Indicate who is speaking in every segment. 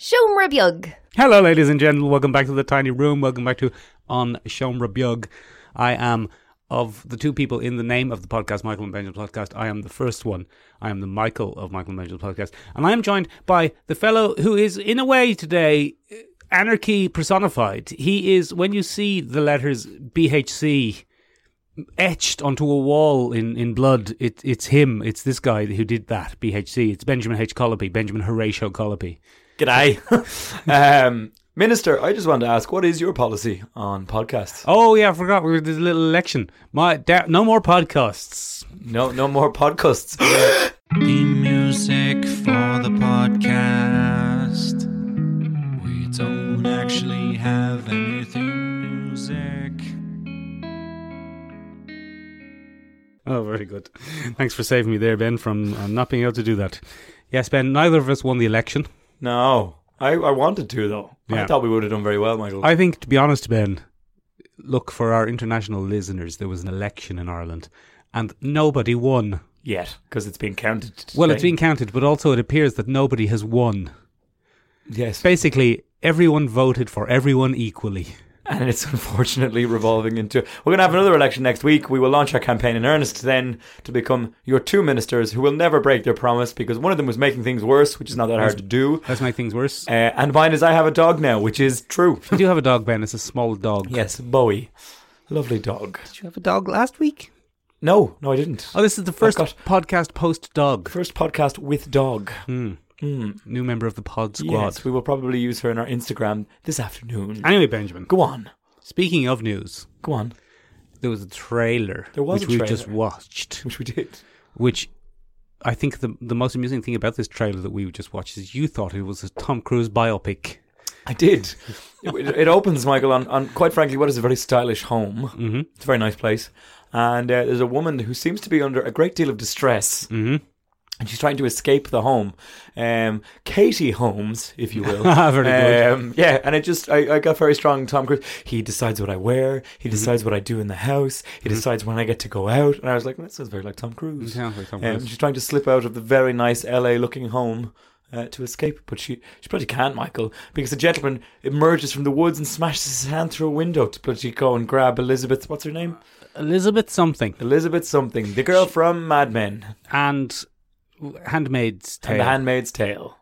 Speaker 1: Shomra Bjugg.
Speaker 2: Hello, ladies and gentlemen. Welcome back to the tiny room. Welcome back to On Shomra Bjug. I am of the two people in the name of the podcast, Michael and Benjamin podcast. I am the first one. I am the Michael of Michael and Benjamin podcast, and I am joined by the fellow who is, in a way, today eh, anarchy personified. He is when you see the letters BHC etched onto a wall in, in blood. It, it's him. It's this guy who did that. BHC. It's Benjamin H. Colopy. Benjamin Horatio Colopy.
Speaker 3: G'day. um, Minister, I just wanted to ask, what is your policy on podcasts?
Speaker 2: Oh yeah, I forgot. We did a little election. My da- no more podcasts.
Speaker 3: No, no more podcasts.
Speaker 4: The music for the podcast. We don't actually have anything music.
Speaker 2: Oh, very good. Thanks for saving me there, Ben, from uh, not being able to do that. Yes, Ben. Neither of us won the election.
Speaker 3: no, I, I wanted to though.
Speaker 2: Yeah.
Speaker 3: I thought we would have done very well, Michael.
Speaker 2: I think, to be honest, Ben, look for our international listeners. There was an election in Ireland, and nobody won.
Speaker 3: Yet, because it's been counted. Today.
Speaker 2: Well, it's being counted, but also it appears that nobody has won.
Speaker 3: yes,
Speaker 2: Basically, everyone voted for everyone equally.
Speaker 3: and it's unfortunately revolving into. We're going to have another election next week. We will launch our campaign in earnest then to become your two ministers who will never break their promise because one of them was making things worse, which is not that hard to do.
Speaker 2: Let's make things worse.
Speaker 3: Uh, and mine is I have a dog now, which is true.
Speaker 2: You do have a dog, Ben. It's a small dog.
Speaker 3: yes, Bowie, lovely dog.
Speaker 2: Did you have a dog last week?
Speaker 3: No, no, I didn't.
Speaker 2: Oh, this is the first
Speaker 3: got-
Speaker 2: podcast post dog.
Speaker 3: First podcast with dog.
Speaker 2: New member of the pod squad.
Speaker 3: Yes, we will probably use her in our Instagram this afternoon.
Speaker 2: Anyway, Benjamin.
Speaker 3: Go on,
Speaker 2: Speaking of news,
Speaker 3: go on.
Speaker 2: there was a trailer
Speaker 3: There was
Speaker 2: which
Speaker 3: a
Speaker 2: we
Speaker 3: trailer.
Speaker 2: just watched.
Speaker 3: Which we did.
Speaker 2: Which I think the the most amusing thing about this trailer that we just watched is you thought it was a Tom Cruise biopic.
Speaker 3: I did. it, it opens, Michael, on, on quite frankly what is a very stylish home. Mm-hmm. It's a very nice place, and uh, there's a woman who seems to be under a great deal of distress. Mm-hmm. And she's trying to escape the home, um, Katie Holmes, if you will.
Speaker 2: Very good.
Speaker 3: Um, yeah, and it just I, I got very strong Tom Cruise. He decides what I wear. He
Speaker 2: Mm-hmm.
Speaker 3: decides what I do in the house. He decides when I get to go out. And I was like, that sounds very like Tom Cruise.
Speaker 2: sounds like Tom
Speaker 3: Um,
Speaker 2: Cruise.
Speaker 3: she's trying to slip out of the very nice LA looking home uh, to escape, but she she bloody can't, Michael, because a gentleman emerges from the woods and smashes his hand through a window to bloody go and grab Elizabeth. What's her name?
Speaker 2: Elizabeth something
Speaker 3: Elizabeth something, the girl from Mad Men
Speaker 2: and Handmaid's Tale.
Speaker 3: and The Handmaid's Tale.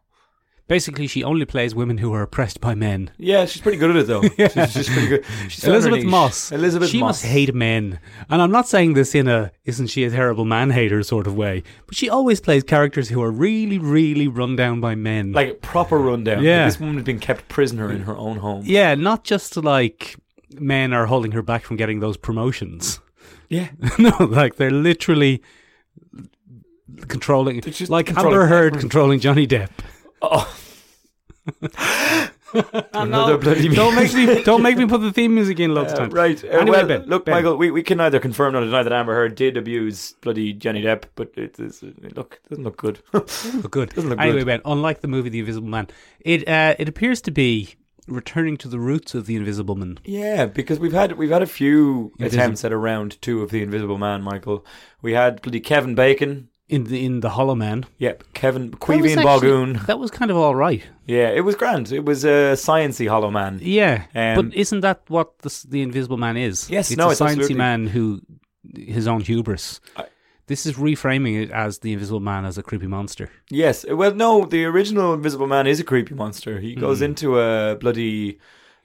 Speaker 2: Basically, she only plays women who are oppressed by men.
Speaker 3: Yeah, she's pretty good at it though. she's, she's pretty good. She's found her
Speaker 2: Elizabeth
Speaker 3: niche.
Speaker 2: Moss.
Speaker 3: Elizabeth
Speaker 2: she
Speaker 3: Moss.
Speaker 2: must hate men. And I'm not saying this in a isn't she a terrible man hater sort of way, but she always plays characters who are really, really run down by men.
Speaker 3: like a proper rundown.
Speaker 2: Yeah.
Speaker 3: Yeah, this woman had been kept prisoner in her own home.
Speaker 2: Yeah, not just like men are holding her back from getting those promotions.
Speaker 3: yeah.
Speaker 2: no, like they're literally controlling
Speaker 3: just
Speaker 2: like
Speaker 3: controlling
Speaker 2: Amber Heard controlling Johnny Depp.
Speaker 3: Oh. Another bloody
Speaker 2: Don't make me don't make me put the theme music in loads of
Speaker 3: Uh,
Speaker 2: times.
Speaker 3: right. Uh,
Speaker 2: Anyway,
Speaker 3: well,
Speaker 2: Ben,
Speaker 3: look,
Speaker 2: Ben.
Speaker 3: Michael, we, we can neither confirm nor deny that Amber Heard did abuse bloody Johnny Depp, but it, is- it look doesn't look good.
Speaker 2: Oh, good.
Speaker 3: Doesn't look
Speaker 2: anyway,
Speaker 3: good.
Speaker 2: Ben, unlike the movie The Invisible Man, it uh, it appears to be returning to the roots of The Invisible Man.
Speaker 3: yeah, because we've had we've had a few
Speaker 2: Invis-
Speaker 3: attempts at a round two of the Invisible Man, Michael. We had bloody Kevin Bacon.
Speaker 2: In the in the Hollow Man.
Speaker 3: Yep, Kevin
Speaker 2: That was
Speaker 3: Queevy and
Speaker 2: actually-
Speaker 3: Bogoon.
Speaker 2: That was kind of all right.
Speaker 3: Yeah, it was grand. It was a sciency Hollow Man.
Speaker 2: Yeah,
Speaker 3: Um,
Speaker 2: but isn't that what the, s- the Invisible Man is?
Speaker 3: Yes,
Speaker 2: it's
Speaker 3: no,
Speaker 2: a
Speaker 3: it's
Speaker 2: sciencey
Speaker 3: absolutely-
Speaker 2: man who his own hubris.
Speaker 3: I-
Speaker 2: this is reframing it as the Invisible Man as a creepy monster.
Speaker 3: Yes. uh, Well, no, the original Invisible Man is a creepy monster. He
Speaker 2: Mm-hmm.
Speaker 3: goes into a bloody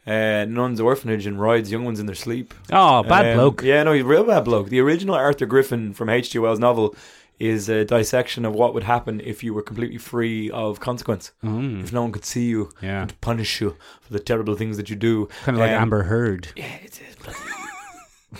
Speaker 3: uh, nun's orphanage and rides young ones in their sleep.
Speaker 2: Oh, bad
Speaker 3: Um,
Speaker 2: bloke.
Speaker 3: Yeah, no, he's a real bad bloke. The original Arthur Griffin from H.G. Wells' novel is a dissection of what would happen if you were completely free of consequence.
Speaker 2: Mm.
Speaker 3: If no one could see you
Speaker 2: Yeah.
Speaker 3: and punish you for the terrible things that you do.
Speaker 2: Kind of like
Speaker 3: Um,
Speaker 2: Amber Heard.
Speaker 3: Yeah, it is. bloody-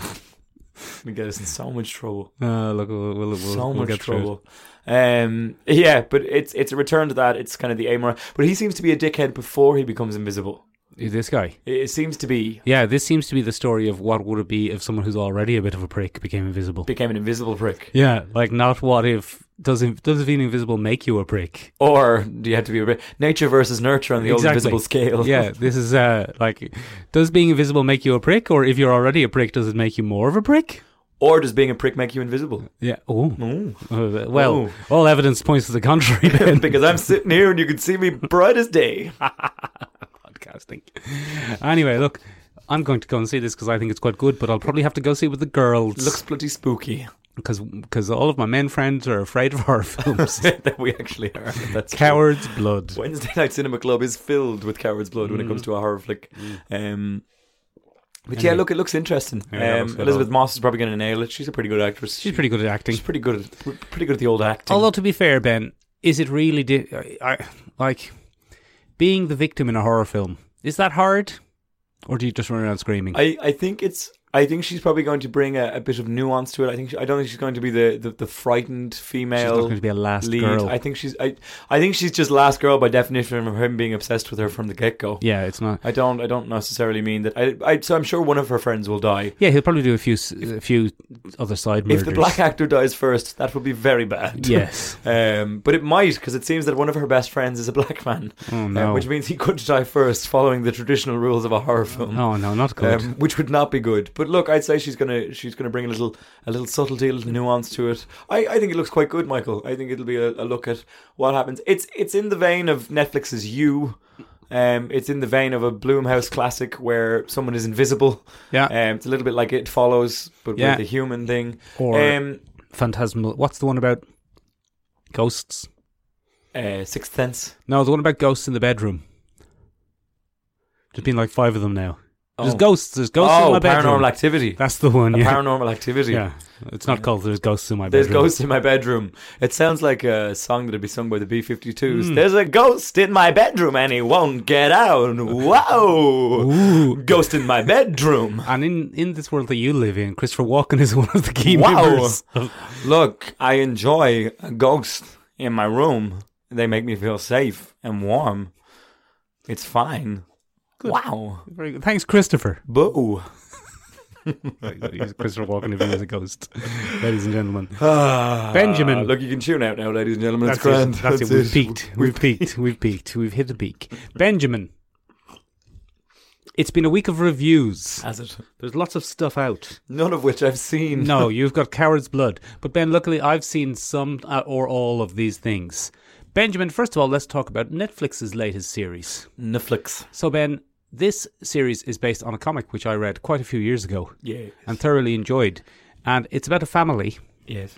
Speaker 3: It's going to get us in so much trouble
Speaker 2: Uh, look, we'll, we'll, we'll,
Speaker 3: so
Speaker 2: we'll
Speaker 3: much
Speaker 2: get through it.
Speaker 3: trouble. Um, yeah, but it's it's a return to that. It's kind of the amoral. But he seems to be a dickhead before he becomes invisible.
Speaker 2: This guy.
Speaker 3: It, it seems to be
Speaker 2: Yeah, this seems to be the story of what would it be if someone who's already a bit of a prick became invisible.
Speaker 3: became an invisible prick,
Speaker 2: yeah, like not what if does in- does being invisible make you a prick?
Speaker 3: or do you have to be a bit- nature versus nurture on the old invisible scale?
Speaker 2: yeah, this is uh like does being invisible make you a prick, or if you're already a prick, does it make you more of a prick?
Speaker 3: Or does being a prick make you invisible?
Speaker 2: Yeah. Oh.
Speaker 3: Ooh.
Speaker 2: Uh, well,
Speaker 3: Mm. Ooh.
Speaker 2: all evidence points to the contrary. Ben.
Speaker 3: because I'm sitting here and you can see me bright as day.
Speaker 2: podcasting. Anyway, look, I'm going to go and see this because I think it's quite good, but I'll probably have to go see it with the
Speaker 3: Looks
Speaker 2: girls
Speaker 3: bloody spooky
Speaker 2: because all of my men friends are afraid of horror films.
Speaker 3: that we actually are. That's true.
Speaker 2: Coward's blood.
Speaker 3: Wednesday Night Cinema Club is filled with coward's blood when it comes to a horror flick. Um, but yeah,
Speaker 2: Mm. Anyway.
Speaker 3: look, it looks interesting.
Speaker 2: Yeah, it
Speaker 3: um,
Speaker 2: looks good
Speaker 3: Elizabeth
Speaker 2: on.
Speaker 3: Moss is probably going to nail it. She's a pretty good actress.
Speaker 2: She's pretty good at acting.
Speaker 3: She's pretty good. At, pretty good at the old acting.
Speaker 2: Although to be fair, Ben, is it really di- I, I, like being the victim in a horror film? Is that hard, or do you just run around screaming?
Speaker 3: I, I think it's. I think she's probably going to bring a, a bit of nuance to it. I think she, I don't think she's going to be the, the, the frightened
Speaker 2: She's not
Speaker 3: female
Speaker 2: going to be a last
Speaker 3: lead.
Speaker 2: girl.
Speaker 3: I think she's I, I think she's just last girl by definition of him being obsessed with her from the get go.
Speaker 2: yeah, it's not.
Speaker 3: I don't I don't necessarily mean that. I, I so I'm sure one of her friends will die.
Speaker 2: Yeah, he'll probably do a few s a few other side murders.
Speaker 3: If the black actor dies first, that would be very bad.
Speaker 2: yes.
Speaker 3: Um, but it might, because it seems that one of her best friends is a black man,
Speaker 2: Oh
Speaker 3: uh,
Speaker 2: no.
Speaker 3: which means he could die first, following the traditional rules of a horror film.
Speaker 2: oh no, not good.
Speaker 3: um, which would not be good. But look, I'd say she's gonna she's gonna bring a little a little subtlety, a little nuance to it. I, I think it looks quite good, Michael. I think it'll be a, a look at what happens. It's it's in the vein of Netflix's You. Um, it's in the vein of a Bloomhouse classic where someone is invisible.
Speaker 2: yeah.
Speaker 3: Um, it's a little bit like It Follows, but
Speaker 2: Uh, Yeah.
Speaker 3: with the human thing.
Speaker 2: or
Speaker 3: Um,
Speaker 2: phantasmal. What's the one about ghosts?
Speaker 3: uh, Sixth Sense.
Speaker 2: No, the one about ghosts in the bedroom. There's been like five of them now. There's
Speaker 3: Oh.
Speaker 2: ghosts. There's ghosts in my
Speaker 3: Oh,
Speaker 2: bedroom.
Speaker 3: Paranormal Activity.
Speaker 2: That's the one.
Speaker 3: A
Speaker 2: Yeah.
Speaker 3: Paranormal Activity.
Speaker 2: yeah. It's not called "There's Ghosts in My
Speaker 3: There's
Speaker 2: Bedroom."
Speaker 3: ghosts in my bedroom. It sounds like a song that'd be sung by the B52s.
Speaker 2: Hmm.
Speaker 3: There's a ghost in my bedroom and he won't get out. Wow.
Speaker 2: Ooh.
Speaker 3: Ghost in my bedroom.
Speaker 2: And in, in this world that you live in, Christopher Walken is one of the key
Speaker 3: Wow.
Speaker 2: members. of-
Speaker 3: Look, I enjoy a ghost in my room. They make me feel safe and warm. It's fine. Wow.
Speaker 2: Very good. Thanks, Christopher.
Speaker 3: Boo.
Speaker 2: Christopher Walken if he was a ghost, ladies and gentlemen.
Speaker 3: Ah,
Speaker 2: Benjamin.
Speaker 3: look, you can tune out now, ladies and gentlemen.
Speaker 2: That's
Speaker 3: it's grand.
Speaker 2: it. That's, it. We've peaked. We've peaked. We've peaked. We've hit the peak. Benjamin. It's been a week of reviews.
Speaker 3: Has it?
Speaker 2: There's lots of stuff out.
Speaker 3: None of which I've seen.
Speaker 2: No, you've got Coward's Blood. But Ben, luckily I've seen some uh, or all of these things. Benjamin, first of all, let's talk about Netflix's latest series.
Speaker 3: Netflix.
Speaker 2: So, Ben, this series is based on a comic which I read quite a few years ago
Speaker 3: Yeah.
Speaker 2: and thoroughly enjoyed. And it's about a family
Speaker 3: Yes.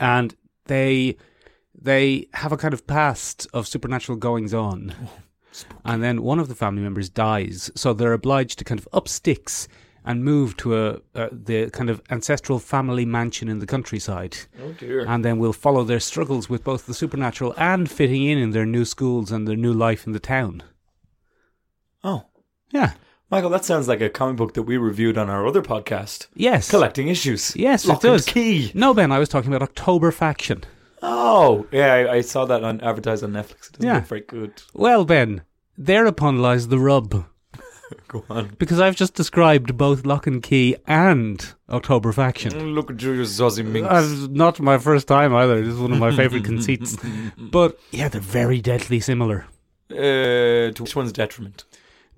Speaker 2: and they they have a kind of past of supernatural goings on. And then one of the family members dies, so they're obliged to kind of up sticks and move to a, a the kind of ancestral family mansion in the countryside.
Speaker 3: Oh, dear.
Speaker 2: And then we'll follow their struggles with both the supernatural and fitting in in their new schools and their new life in the town.
Speaker 3: Oh.
Speaker 2: Yeah.
Speaker 3: Michael, that sounds like a comic book that we reviewed on our other podcast,
Speaker 2: Yes.
Speaker 3: Collecting Issues.
Speaker 2: Yes,
Speaker 3: Lock
Speaker 2: it does.
Speaker 3: And key.
Speaker 2: No, Ben, I was talking about October Faction.
Speaker 3: Oh, yeah, I, I saw that on advertised on Netflix. It doesn't
Speaker 2: Yeah.
Speaker 3: look very good.
Speaker 2: Well, Ben, thereupon lies the rub.
Speaker 3: Go on.
Speaker 2: Because I've just described both Lock and Key and October Faction.
Speaker 3: Look at you, you saucy minx.
Speaker 2: That's not my first time either. This is one of my favorite conceits. But yeah, they're very deadly similar
Speaker 3: Uh, to which one's detriment?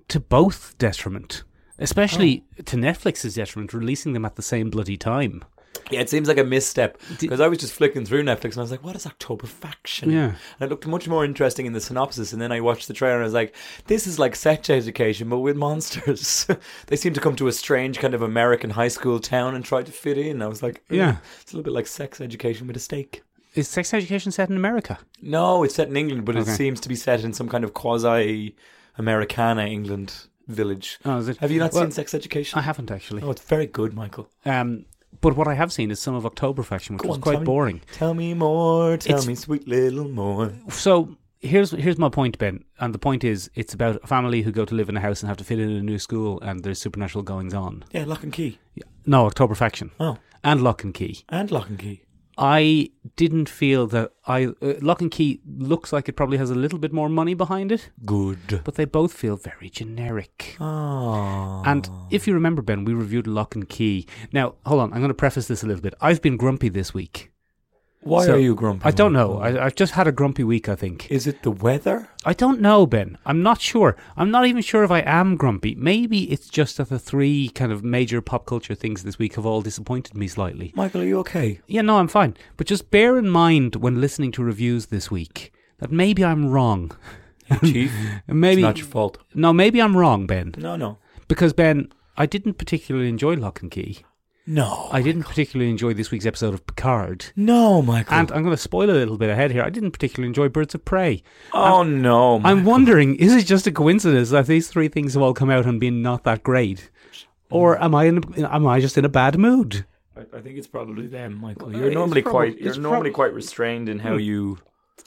Speaker 2: to both detriment, especially to Netflix's detriment, releasing them at the same bloody time.
Speaker 3: Yeah, it seems like a misstep
Speaker 2: Did-
Speaker 3: because I was just flicking through Netflix and I was like, "What is October Faction?"
Speaker 2: Yeah.
Speaker 3: and it looked much more interesting in the synopsis. And then I watched the trailer and I was like, "This is like sex education, but with monsters." they seem to come to a strange kind of American high school town and try to fit in. I was like, "Ugh,
Speaker 2: Yeah.
Speaker 3: it's a little bit like sex education with a steak."
Speaker 2: Is sex education set in America?
Speaker 3: No, it's set in England, but
Speaker 2: Okay.
Speaker 3: it seems to be set in some kind of quasi Americana England village.
Speaker 2: Oh, is it?
Speaker 3: Have you not
Speaker 2: Well,
Speaker 3: seen Sex Education?
Speaker 2: I haven't actually.
Speaker 3: oh, it's very good, Michael.
Speaker 2: Um, but what I have seen is some of October Faction, which
Speaker 3: Go
Speaker 2: was
Speaker 3: on,
Speaker 2: quite
Speaker 3: tell me.
Speaker 2: boring.
Speaker 3: Tell me more, tell
Speaker 2: It's-
Speaker 3: me sweet little more.
Speaker 2: So here's here's my point, Ben. And the point is, it's about a family who go to live in a house and have to fit in a new school, and there's supernatural goings on.
Speaker 3: Yeah, Lock and Key.
Speaker 2: No, October Faction
Speaker 3: Oh,
Speaker 2: and Lock and Key.
Speaker 3: and Lock and Key.
Speaker 2: I didn't feel that I uh, Lock and Key looks like it probably has a little bit more money behind it,
Speaker 3: Good.
Speaker 2: but they both feel very generic.
Speaker 3: Oh.
Speaker 2: And if you remember, Ben, we reviewed Lock and Key. Now, hold on, I'm going to preface this a little bit. I've been grumpy this week
Speaker 3: Why
Speaker 2: So-
Speaker 3: are you grumpy?
Speaker 2: I don't know. I, I've just had a grumpy week, I think.
Speaker 3: Is it the weather?
Speaker 2: I don't know, Ben. I'm not sure. I'm not even sure if I am grumpy. Maybe it's just that the three kind of major pop culture things this week have all disappointed me slightly.
Speaker 3: Michael, are you okay?
Speaker 2: Yeah, no, I'm fine. But just bear in mind when listening to reviews this week that maybe I'm wrong.
Speaker 3: Chief, it's
Speaker 2: Maybe
Speaker 3: not your fault.
Speaker 2: no, maybe I'm wrong, Ben.
Speaker 3: No, no,
Speaker 2: Because Ben, I didn't particularly enjoy Lock and Key.
Speaker 3: no,
Speaker 2: I didn't particularly enjoy this week's episode of Picard.
Speaker 3: no, Michael.
Speaker 2: And I'm going to spoil a little bit ahead here. I didn't particularly enjoy Birds of Prey.
Speaker 3: oh no,
Speaker 2: I'm wondering, is it just a coincidence that these three things have all come out and been not that great, or am I in a, am I just in a bad mood?
Speaker 3: I, I think it's probably them, Michael.
Speaker 2: Well,
Speaker 3: You're
Speaker 2: it's
Speaker 3: normally
Speaker 2: probab-
Speaker 3: quite,
Speaker 2: it's
Speaker 3: you're
Speaker 2: prob-
Speaker 3: normally quite restrained in
Speaker 2: Hmm.
Speaker 3: how you.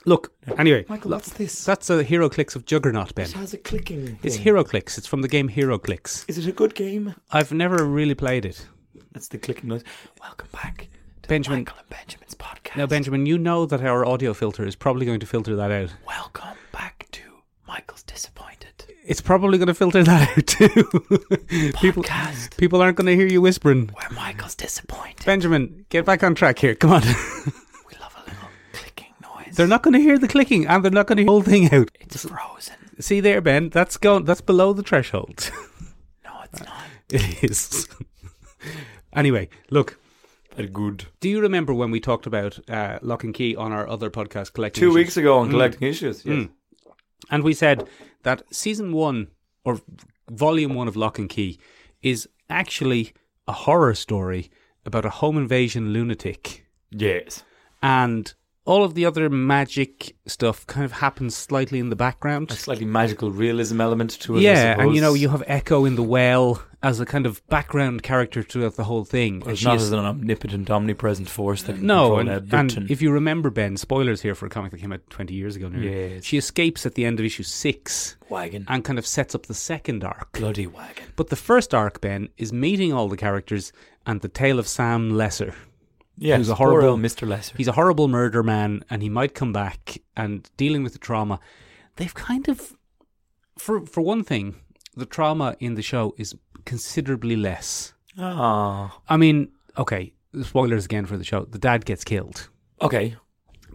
Speaker 2: Look, anyway,
Speaker 3: Michael, what's this?
Speaker 2: that's a Hero Clicks of Juggernaut, Ben.
Speaker 3: It has a clicking. Thing.
Speaker 2: It's Hero Clicks. It's from the game Hero Clicks.
Speaker 3: Is it a good game?
Speaker 2: I've never really played it.
Speaker 3: That's the clicking noise. Welcome back, to
Speaker 2: Benjamin-
Speaker 3: The Michael and Benjamin's podcast.
Speaker 2: Now, Benjamin, you know that our audio filter is probably going to filter that out.
Speaker 3: Welcome back to Michael's disappointed
Speaker 2: It's probably going to filter that out too. people,
Speaker 3: podcast.
Speaker 2: people aren't going to hear you whispering.
Speaker 3: Where Michael's disappointed.
Speaker 2: Benjamin, get back on track here. Come on.
Speaker 3: we love a little clicking noise.
Speaker 2: they're not going to hear the clicking, and they're not going to hear the whole thing out.
Speaker 3: It's frozen.
Speaker 2: See there, Ben. That's gone. That's below the threshold. Uh,
Speaker 3: No, it's not.
Speaker 2: it is. anyway, look.
Speaker 3: Very good.
Speaker 2: Do you remember when we talked about uh, Lock and Key on our other podcast, Collecting?
Speaker 3: Two
Speaker 2: Issues?
Speaker 3: weeks ago on collecting issues. Yes.
Speaker 2: Mm. and we said that season one or volume one of Lock and Key is actually a horror story about a home invasion lunatic,
Speaker 3: Yes.
Speaker 2: and all of the other magic stuff kind of happens slightly in the background.
Speaker 3: A slightly magical realism element to it. I
Speaker 2: Yeah, and you
Speaker 3: suppose.
Speaker 2: know you have Echo in the well as a kind of background character throughout the whole thing. And
Speaker 3: It's
Speaker 2: she
Speaker 3: not
Speaker 2: is-
Speaker 3: as an omnipotent, omnipresent force that can
Speaker 2: no,
Speaker 3: control
Speaker 2: and,
Speaker 3: everything.
Speaker 2: and if you remember Ben, spoilers here for a comic that came out twenty years ago. Nearly,
Speaker 3: Yes. Mm.
Speaker 2: she escapes at the end of issue six
Speaker 3: wagon,
Speaker 2: and kind of sets up the second arc.
Speaker 3: bloody wagon.
Speaker 2: But the first arc, Ben, is meeting all the characters and the tale of Sam Lesser.
Speaker 3: Yeah,
Speaker 2: Who's a horrible-
Speaker 3: Mr. Lesser.
Speaker 2: He's a horrible murder man, and he might come back. And dealing with the trauma, they've kind of, for for one thing, the trauma in the show is considerably less.
Speaker 3: Ah,
Speaker 2: I mean, okay, spoilers again for the show. The dad gets killed.
Speaker 3: okay.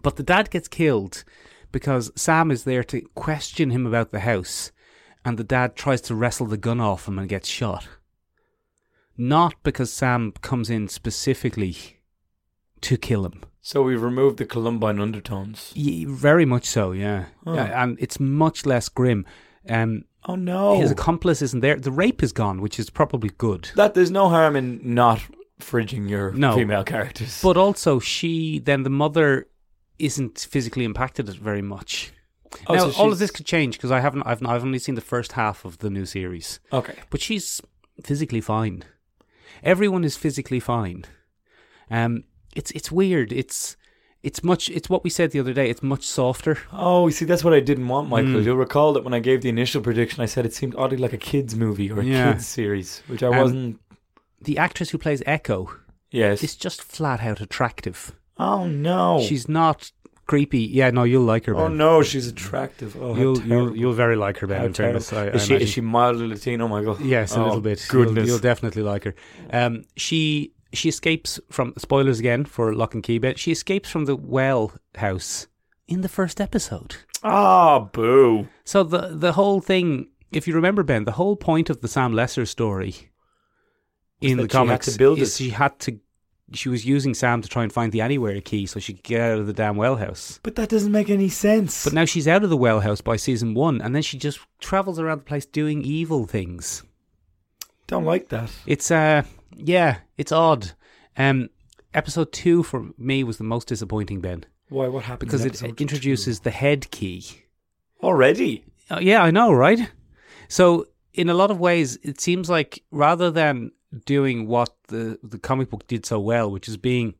Speaker 2: But the dad gets killed because Sam is there to question him about the house and the dad tries to wrestle the gun off him and gets shot. Not because Sam comes in specifically to kill him.
Speaker 3: So we've removed the Columbine undertones.
Speaker 2: Ye- Very much so, yeah.
Speaker 3: Huh.
Speaker 2: Yeah, And it's much less grim. Um,
Speaker 3: Oh no!
Speaker 2: His accomplice isn't there. The rape is gone, which is probably good.
Speaker 3: that there's no harm in not fridging your
Speaker 2: No.
Speaker 3: female characters.
Speaker 2: But also, she then the mother isn't physically impacted very much.
Speaker 3: Oh,
Speaker 2: now,
Speaker 3: so
Speaker 2: all of
Speaker 3: she's-
Speaker 2: this could change because I haven't, I've, I've only seen the first half of the new series,
Speaker 3: okay,
Speaker 2: but she's physically fine. Everyone is physically fine. Um, it's it's weird. It's it's much. It's what we said the other day. It's much softer.
Speaker 3: Oh, you see, that's what I didn't want, Michael.
Speaker 2: Mm.
Speaker 3: You'll recall that when I gave the initial prediction, I said it seemed oddly like a kids' movie or a
Speaker 2: Yeah.
Speaker 3: kids' series, which I
Speaker 2: Um,
Speaker 3: wasn't.
Speaker 2: The actress who plays Echo
Speaker 3: Yes.
Speaker 2: is just flat out attractive.
Speaker 3: oh no.
Speaker 2: She's not creepy. Yeah, no, you'll like her.
Speaker 3: oh
Speaker 2: Ben.
Speaker 3: no, she's attractive. Oh, how
Speaker 2: you'll,
Speaker 3: terrible.
Speaker 2: you'll you'll very like her, Ben.
Speaker 3: How
Speaker 2: in fairness, I,
Speaker 3: terrible.
Speaker 2: I
Speaker 3: is she
Speaker 2: imagine.
Speaker 3: is she mildly Latino, Michael?
Speaker 2: Yes, a
Speaker 3: Oh,
Speaker 2: little bit. You'll-
Speaker 3: Goodness.
Speaker 2: You'll, definitely like her. Um, she she escapes from spoilers again for Lock and Key, but she escapes from the well house in the first episode.
Speaker 3: Ah, boo.
Speaker 2: So the the whole thing, if you remember, Ben, the whole point of the Sam Lesser story
Speaker 3: Was
Speaker 2: in
Speaker 3: that
Speaker 2: the
Speaker 3: she had
Speaker 2: comics
Speaker 3: to build
Speaker 2: is
Speaker 3: it.
Speaker 2: she had to she was using Sam to try and find the anywhere key so she could get out of the damn well house.
Speaker 3: But that doesn't make any sense.
Speaker 2: But now she's out of the well house by season one, and then she just travels around the place doing evil things.
Speaker 3: Don't like that.
Speaker 2: It's uh yeah, it's odd. Um episode 2 for me was the most disappointing Ben
Speaker 3: Why? What happened?
Speaker 2: because
Speaker 3: in
Speaker 2: it
Speaker 3: episode
Speaker 2: introduces the head key.
Speaker 3: two? already.
Speaker 2: Uh, yeah, I know, right? So in a lot of ways it seems like rather than doing what the the comic book did so well, which is being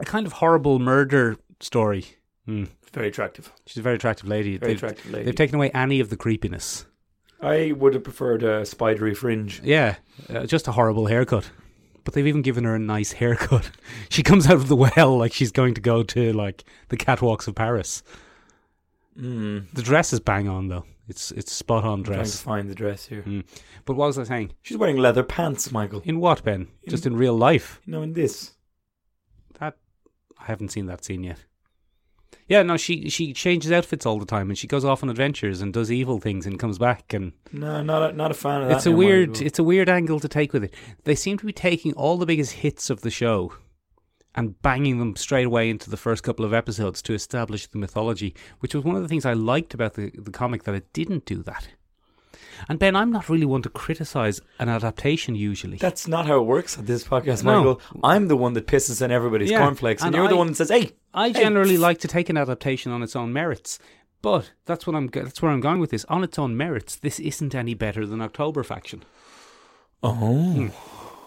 Speaker 2: a kind of horrible murder story. Hmm.
Speaker 3: Very attractive.
Speaker 2: She's a very attractive lady.
Speaker 3: Very
Speaker 2: they've,
Speaker 3: attractive lady.
Speaker 2: They've taken away any of the creepiness.
Speaker 3: I would have preferred a spidery fringe.
Speaker 2: Yeah, uh, just a horrible haircut. But they've even given her a nice haircut. She comes out of the well like she's going to go to like the catwalks of Paris.
Speaker 3: Mm,
Speaker 2: The dress is bang on though. It's it's spot on
Speaker 3: trying to
Speaker 2: dress.
Speaker 3: find the dress here.
Speaker 2: But what was I saying?
Speaker 3: She's wearing leather pants, Michael.
Speaker 2: In what, Ben? Just in real life.
Speaker 3: You know, in this.
Speaker 2: That I haven't seen that scene yet. Yeah, no, she she changes outfits all the time, and she goes off on adventures and does evil things and comes back, and
Speaker 3: No, not a, not a fan of that.
Speaker 2: it's a
Speaker 3: in my
Speaker 2: weird
Speaker 3: view.
Speaker 2: it's a weird angle to take with it. They seem to be taking all the biggest hits of the show and banging them straight away into the first couple of episodes to establish the mythology, which was one of the things I liked about the, the comic that it didn't do that. And Ben, I'm not really one to criticize an adaptation usually.
Speaker 3: That's not how it works on this podcast,
Speaker 2: No.
Speaker 3: Michael. I'm the one that pisses in everybody's
Speaker 2: Yeah,
Speaker 3: cornflakes, and,
Speaker 2: and
Speaker 3: you're the
Speaker 2: I-
Speaker 3: one that says, "Hey,
Speaker 2: I generally like to take an adaptation on its own merits, but that's what I'm go- that's where I'm going with this. On its own merits, this isn't any better than October Faction. Hmm.
Speaker 3: oh,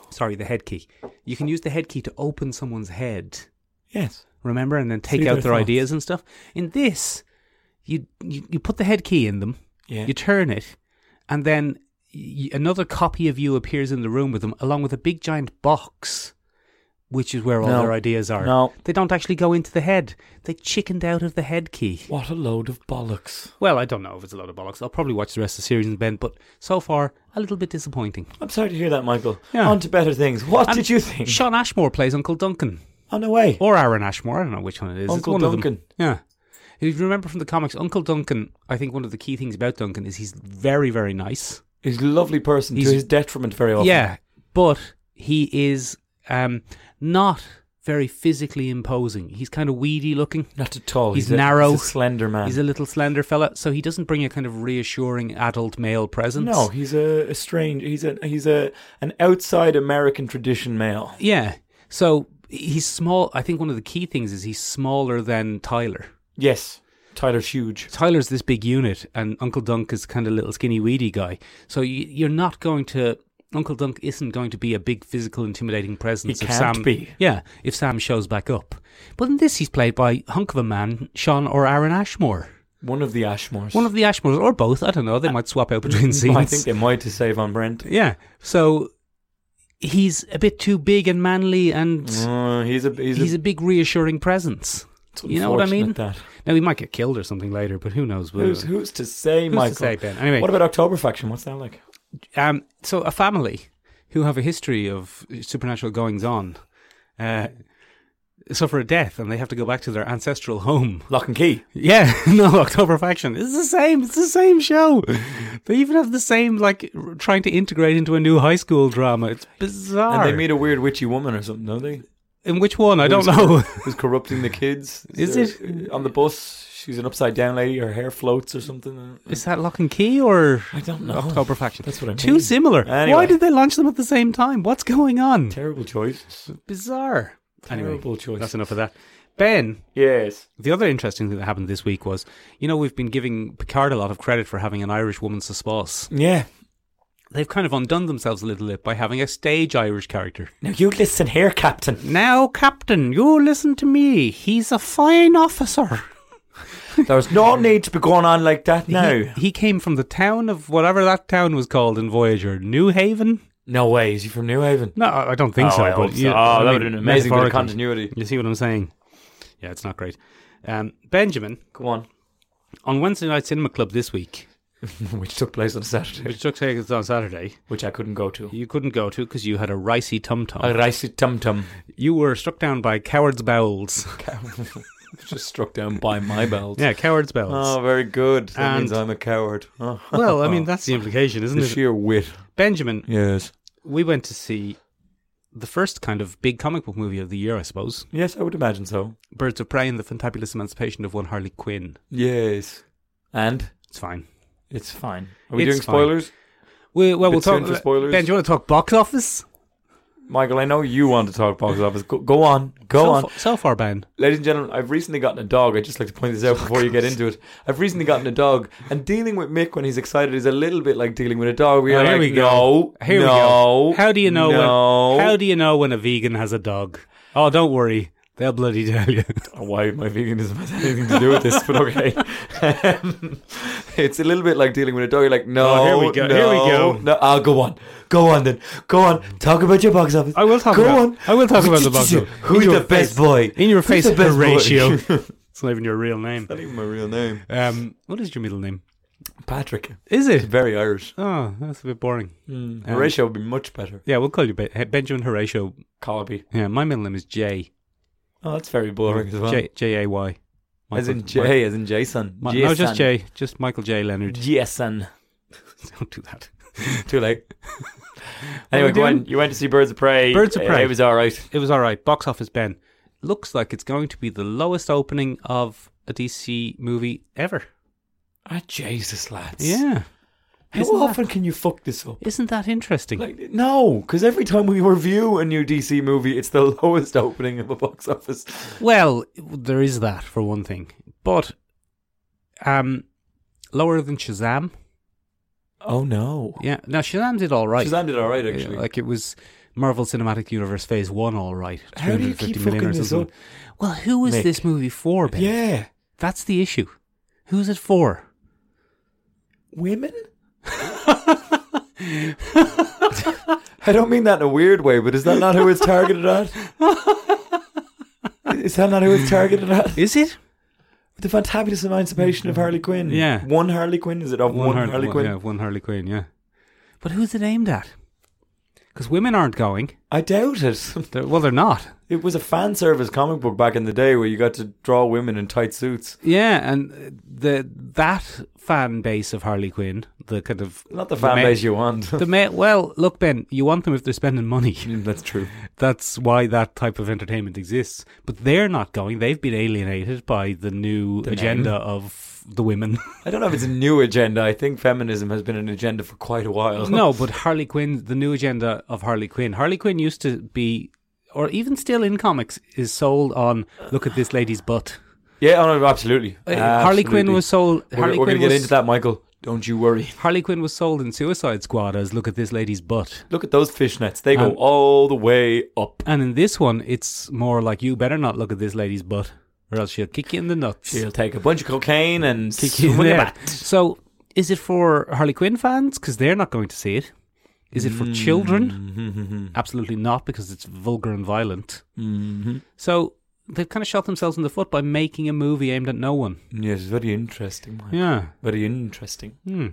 Speaker 2: Sorry, the head key. You can use the head key to open someone's head.
Speaker 3: yes,
Speaker 2: remember, and then take
Speaker 3: See
Speaker 2: out
Speaker 3: their
Speaker 2: their
Speaker 3: thoughts.
Speaker 2: ideas and stuff. In this, you, you you put the head key in them,
Speaker 3: yeah."
Speaker 2: you turn it, and then y- another copy of you appears in the room with them, along with a big giant box, which is where all
Speaker 3: No.
Speaker 2: their ideas are.
Speaker 3: No.
Speaker 2: They don't actually go into the head; they chickened out of the head key.
Speaker 3: what a load of bollocks!
Speaker 2: Well, I don't know if it's a load of bollocks. I'll probably watch the rest of the series and Ben, but so far, a little bit disappointing.
Speaker 3: I'm sorry to hear that, Michael.
Speaker 2: Yeah.
Speaker 3: On to better things. What
Speaker 2: And
Speaker 3: did you think?
Speaker 2: Sean Ashmore plays Uncle Duncan.
Speaker 3: On the way.
Speaker 2: or Aaron Ashmore. I don't know which one it is. it's
Speaker 3: Uncle
Speaker 2: one Of
Speaker 3: Duncan.
Speaker 2: them. Yeah. If you remember from the comics, Uncle Duncan, I think one of the key things about Duncan is he's very, very nice.
Speaker 3: He's a lovely person to
Speaker 2: He's-
Speaker 3: his detriment very often.
Speaker 2: Yeah, but he is um, not very physically imposing. He's kind of weedy looking.
Speaker 3: Not at all.
Speaker 2: He's
Speaker 3: a-
Speaker 2: narrow.
Speaker 3: He's a slender man.
Speaker 2: He's a little slender fella, so he doesn't bring a kind of reassuring adult male presence.
Speaker 3: no, he's a, a strange. He's a he's a an outside American tradition male.
Speaker 2: Yeah. So he's small. I think one of the key things is he's smaller than Tyler.
Speaker 3: Yes, Tyler's huge.
Speaker 2: Tyler's this big unit, and Uncle Dunk is kind of little skinny weedy guy. So you, you're not going to Uncle Dunk isn't going to be a big physical intimidating presence.
Speaker 3: He
Speaker 2: if
Speaker 3: can't
Speaker 2: Sam,
Speaker 3: be.
Speaker 2: Yeah, if Sam shows back up, but in this he's played by hunk of a man, Sean or Aaron Ashmore,
Speaker 3: One of the Ashmores.
Speaker 2: one of the Ashmores or both. I don't know. They might swap out between scenes.
Speaker 3: Uh, I think they might to save on Brent.
Speaker 2: yeah. So he's a bit too big and manly, and
Speaker 3: Uh, he's a he's,
Speaker 2: he's
Speaker 3: a,
Speaker 2: a big reassuring presence.
Speaker 3: it's
Speaker 2: you know what I
Speaker 3: unfortunate
Speaker 2: mean?
Speaker 3: That.
Speaker 2: Now he might get killed or something later, but who knows?
Speaker 3: Who's who's to say,
Speaker 2: who's to
Speaker 3: Michael?
Speaker 2: say, Ben? Anyway.
Speaker 3: what about October Faction? What's that like?
Speaker 2: Um, so a family who have a history of supernatural goings on uh, suffer a death and they have to go back to their ancestral home.
Speaker 3: Lock and key.
Speaker 2: Yeah, no, October Faction. It's the same. It's the same show. They even have the same like r- trying to integrate into a new high school drama. It's bizarre.
Speaker 3: And they meet a weird witchy woman or something, don't they?
Speaker 2: In which one? I don't
Speaker 3: Who's-
Speaker 2: know.
Speaker 3: Who's corrupting the kids?
Speaker 2: Is
Speaker 3: there- on the bus? She's an upside down lady. Her hair floats or something.
Speaker 2: Is that Lock and Key or
Speaker 3: I don't know.
Speaker 2: October Faction?
Speaker 3: That's what I mean.
Speaker 2: Too similar.
Speaker 3: Anyway.
Speaker 2: Why did they launch them at the same time? What's going on?
Speaker 3: Terrible choice.
Speaker 2: Bizarre. Anyway,
Speaker 3: Terrible choice.
Speaker 2: that's enough of that. Ben,
Speaker 3: Yes.
Speaker 2: The other interesting thing that happened this week was, you know, we've been giving Picard a lot of credit for having an Irish woman's spouse.
Speaker 3: Yeah.
Speaker 2: They've kind of undone themselves a little bit by having a stage Irish character.
Speaker 3: Now you listen here, Captain.
Speaker 2: Now, Captain, you listen to me. He's a fine officer.
Speaker 3: There's no need to be going on like that now.
Speaker 2: He, he came from the town of whatever that town was called in Voyager, New Haven.
Speaker 3: No way. Is he from New Haven?
Speaker 2: No, I I don't think so.
Speaker 3: I
Speaker 2: but
Speaker 3: hope
Speaker 2: you-
Speaker 3: oh,
Speaker 2: I
Speaker 3: that
Speaker 2: mean,
Speaker 3: would have been amazing bit of
Speaker 2: metaphorically.
Speaker 3: continuity.
Speaker 2: You see what I'm saying? Yeah, it's not great. Um, Benjamin
Speaker 3: Go on.
Speaker 2: on Wednesday night cinema club this week,
Speaker 3: Which took place on Saturday,
Speaker 2: which took place on Saturday.
Speaker 3: which I couldn't go to.
Speaker 2: you couldn't go to because you had a ricey tum
Speaker 3: A
Speaker 2: tum.
Speaker 3: ricey tum tum.
Speaker 2: You were struck down by coward's bowels.
Speaker 3: Just struck down by my belt.
Speaker 2: yeah, coward's
Speaker 3: Oh,
Speaker 2: bowels.
Speaker 3: very good. That
Speaker 2: And-
Speaker 3: means I'm a coward. Oh,
Speaker 2: well, I mean that's the implication, isn't
Speaker 3: the
Speaker 2: it?
Speaker 3: sheer wit.
Speaker 2: Benjamin,
Speaker 3: Yes.
Speaker 2: we went to see the first kind of big comic book movie of the year, I suppose.
Speaker 3: Yes, I would imagine so.
Speaker 2: Birds of Prey and the Fantabulous Emancipation of One Harley Quinn.
Speaker 3: Yes. And
Speaker 2: It's fine.
Speaker 3: it's fine. Are we
Speaker 2: It's
Speaker 3: doing
Speaker 2: fine.
Speaker 3: spoilers?
Speaker 2: We, well, we'll
Speaker 3: Bit soon
Speaker 2: talk. uh,
Speaker 3: for spoilers.
Speaker 2: Ben, do you want to talk box office?
Speaker 3: Michael, I know you want to talk box office. Go, go on. Go
Speaker 2: so,
Speaker 3: on.
Speaker 2: fa- so far, Ben.
Speaker 3: Ladies and gentlemen, I've recently gotten a dog. I'd just like to point this out before you get
Speaker 2: Oh,
Speaker 3: into it. I've recently gotten a dog, and dealing with Mick when he's excited is a little bit like dealing with a dog. We
Speaker 2: Oh,
Speaker 3: are
Speaker 2: here
Speaker 3: like,
Speaker 2: we go.
Speaker 3: no,
Speaker 2: Here we
Speaker 3: no,
Speaker 2: go. How do you know
Speaker 3: No.
Speaker 2: when? How do you know when a vegan has a dog? Oh, don't worry, they'll bloody tell you.
Speaker 3: Oh, why my veganism has anything to do with this, but okay. Um, it's a little bit like dealing with a dog. You're like, no,
Speaker 2: Oh, here we go,
Speaker 3: no,
Speaker 2: here we go.
Speaker 3: No, ah, go on, go on then, go on. Talk about your box office.
Speaker 2: I will talk
Speaker 3: go
Speaker 2: about.
Speaker 3: on.
Speaker 2: I will talk about the box. office. In
Speaker 3: Who's
Speaker 2: your
Speaker 3: the best
Speaker 2: face-
Speaker 3: boy?
Speaker 2: In your
Speaker 3: Who's
Speaker 2: face,
Speaker 3: the best boy?
Speaker 2: Horatio. it's not even your real name.
Speaker 3: Not even my real name.
Speaker 2: Um, what is your middle name?
Speaker 3: Patrick.
Speaker 2: Is it?
Speaker 3: Very Irish.
Speaker 2: Oh, that's a bit boring.
Speaker 3: Mm. Horatio would be much better.
Speaker 2: Yeah, we'll call you ben- Benjamin Horatio.
Speaker 3: Colby.
Speaker 2: Yeah, my middle name is Jay.
Speaker 3: Oh, that's very boring as well.
Speaker 2: J J A Y.
Speaker 3: as in
Speaker 2: Michael-
Speaker 3: J,
Speaker 2: Mi-
Speaker 3: as in Jason.
Speaker 2: Mi- no, just
Speaker 3: Jason.
Speaker 2: J. Just Michael J. Leonard.
Speaker 3: Jason.
Speaker 2: Don't do that.
Speaker 3: Too late.
Speaker 2: are
Speaker 3: anyway,
Speaker 2: we
Speaker 3: go on.
Speaker 2: doing?
Speaker 3: You went to see Birds of Prey.
Speaker 2: Birds of
Speaker 3: Uh,
Speaker 2: Prey.
Speaker 3: It was all right.
Speaker 2: It was all right. Box office Ben looks like it's going to be the lowest opening of a DC movie ever.
Speaker 3: Ah, Jesus, lads.
Speaker 2: Yeah,
Speaker 3: How
Speaker 2: Isn't that-
Speaker 3: often can you fuck this up?
Speaker 2: isn't that interesting?
Speaker 3: Like, no, because every time we review a new DC movie, it's the lowest opening of a box office.
Speaker 2: Well, there is that for one thing, but um, lower than Shazam.
Speaker 3: Oh no!
Speaker 2: Yeah, now Shazam did all right.
Speaker 3: Shazam did all right
Speaker 2: Yeah,
Speaker 3: actually.
Speaker 2: like it was Marvel Cinematic Universe Phase One, all right.
Speaker 3: How do you
Speaker 2: 350
Speaker 3: keep
Speaker 2: million
Speaker 3: fucking
Speaker 2: or
Speaker 3: this
Speaker 2: something.
Speaker 3: up?
Speaker 2: Well, who is
Speaker 3: Mick?
Speaker 2: this movie for, Ben?
Speaker 3: yeah,
Speaker 2: That's the issue. Who's it for?
Speaker 3: women. I don't mean that in a weird way, but is that not who it's targeted at? Is that not who it's targeted at?
Speaker 2: Is it?
Speaker 3: The fantabulous emancipation of Harley Quinn.
Speaker 2: Yeah.
Speaker 3: one Harley Quinn. Is it of one, Harley,
Speaker 2: one-
Speaker 3: Quinn?
Speaker 2: Yeah, one Harley Quinn, yeah. But who's it aimed at? Because women aren't going.
Speaker 3: I doubt it.
Speaker 2: They're, well, they're not.
Speaker 3: It was a fan service comic book back in the day where you got to draw women in tight suits.
Speaker 2: Yeah, and uh, the that fan base of Harley Quinn, the kind of
Speaker 3: Not the fan
Speaker 2: ma-
Speaker 3: base you want.
Speaker 2: The ma- well, look, Ben, you want them if they're spending money.
Speaker 3: Mm, That's true.
Speaker 2: That's why that type of entertainment exists. But they're not going. They've been alienated by the new
Speaker 3: The
Speaker 2: agenda of the women.
Speaker 3: I don't know if it's a new agenda. I think feminism has been an agenda for quite a while.
Speaker 2: no, but Harley Quinn, the new agenda of Harley Quinn. Harley Quinn used to be, or even still in comics, is sold on look at this lady's butt.
Speaker 3: Yeah, oh, no, absolutely.
Speaker 2: Uh, Harley Quinn was sold.
Speaker 3: We're,
Speaker 2: Harley
Speaker 3: we're going
Speaker 2: Quinn
Speaker 3: to get
Speaker 2: was,
Speaker 3: into that, Michael. Don't you worry.
Speaker 2: Harley Quinn was sold in Suicide Squad as look at this lady's butt.
Speaker 3: Look at those fishnets. They go
Speaker 2: Um,
Speaker 3: all the way up.
Speaker 2: And in this one, it's more like you better not look at this lady's butt, or else she'll kick you in the nuts.
Speaker 3: She'll take a bunch of cocaine and
Speaker 2: Kick you in
Speaker 3: swing it
Speaker 2: there.
Speaker 3: back.
Speaker 2: So, is it for Harley Quinn fans because they're not going to see it? Is it for
Speaker 3: Mm.
Speaker 2: children? Absolutely not, because it's vulgar and violent.
Speaker 3: Mm-hmm.
Speaker 2: So they've kind of shot themselves in the foot by making a movie aimed at no one.
Speaker 3: Yes, very interesting. Michael.
Speaker 2: Yeah.
Speaker 3: Very interesting.
Speaker 2: Hmm.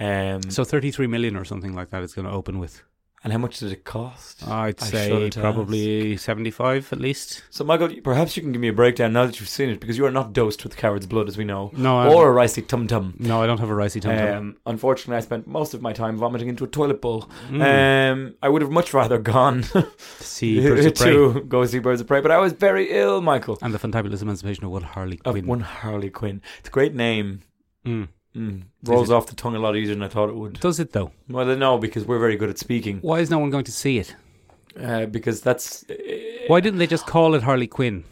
Speaker 3: Um,
Speaker 2: So thirty-three million or something like that. It's going to open with.
Speaker 3: and how much did it cost?
Speaker 2: I'd
Speaker 3: I
Speaker 2: say
Speaker 3: shouldn't
Speaker 2: probably seventy-five at least.
Speaker 3: So, Michael, perhaps you can give me a breakdown now that you've seen it, because you are not dosed with coward's blood, as we know,
Speaker 2: No, I'm-
Speaker 3: or a ricey tum tum.
Speaker 2: No, I don't have a ricey tum tum.
Speaker 3: Um, unfortunately, I spent most of my time vomiting into a toilet bowl.
Speaker 2: Mm.
Speaker 3: Um, I would have much rather gone
Speaker 2: see, Birds of Prey.
Speaker 3: to go see Birds of Prey, but I was very ill, Michael.
Speaker 2: and the fantabulous emancipation of one Harley
Speaker 3: Of
Speaker 2: Quinn.
Speaker 3: one Harley Quinn. It's a great name.
Speaker 2: Mm.
Speaker 3: Mm.
Speaker 2: Is
Speaker 3: Rolls
Speaker 2: it?
Speaker 3: off the tongue a lot easier than I thought it would.
Speaker 2: Does it though?
Speaker 3: Well, no, because we're very good at speaking.
Speaker 2: Why is no one going to see it?
Speaker 3: Uh, because that's. uh,
Speaker 2: Why didn't they just call it Harley Quinn?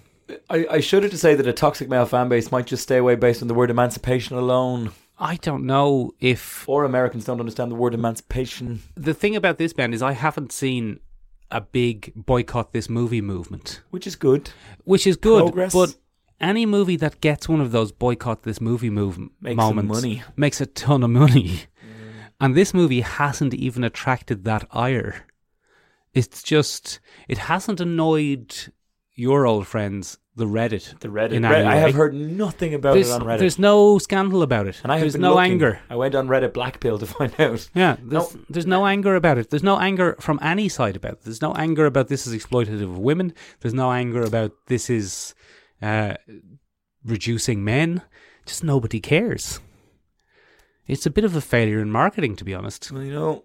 Speaker 3: I, I should have to say that a toxic male fan base might just stay away based on the word emancipation alone.
Speaker 2: I don't know if
Speaker 3: or Americans don't understand the word emancipation.
Speaker 2: the thing about this band is I haven't seen a big boycott this movie movement,
Speaker 3: Which is good.
Speaker 2: which is good.
Speaker 3: Progress.
Speaker 2: But any movie that gets one of those boycott this movie move
Speaker 3: Makes some
Speaker 2: moments
Speaker 3: money.
Speaker 2: makes a ton of money, and this movie hasn't even attracted that ire. It's just it hasn't annoyed your old friends, the Reddit,
Speaker 3: The Reddit.
Speaker 2: In
Speaker 3: Reddit-
Speaker 2: any
Speaker 3: I
Speaker 2: way.
Speaker 3: have heard nothing about
Speaker 2: there's,
Speaker 3: it on Reddit.
Speaker 2: there's no scandal about it.
Speaker 3: and I have
Speaker 2: there's
Speaker 3: been
Speaker 2: no
Speaker 3: looking.
Speaker 2: anger.
Speaker 3: I went on Reddit Black Pill to find out.
Speaker 2: Yeah, there's, there's no anger about it. There's no anger from any side about it. There's no anger about this is exploitative of women. There's no anger about this is uh, reducing men. Just nobody cares. It's a bit of a failure in marketing, to be honest.
Speaker 3: Well, you know,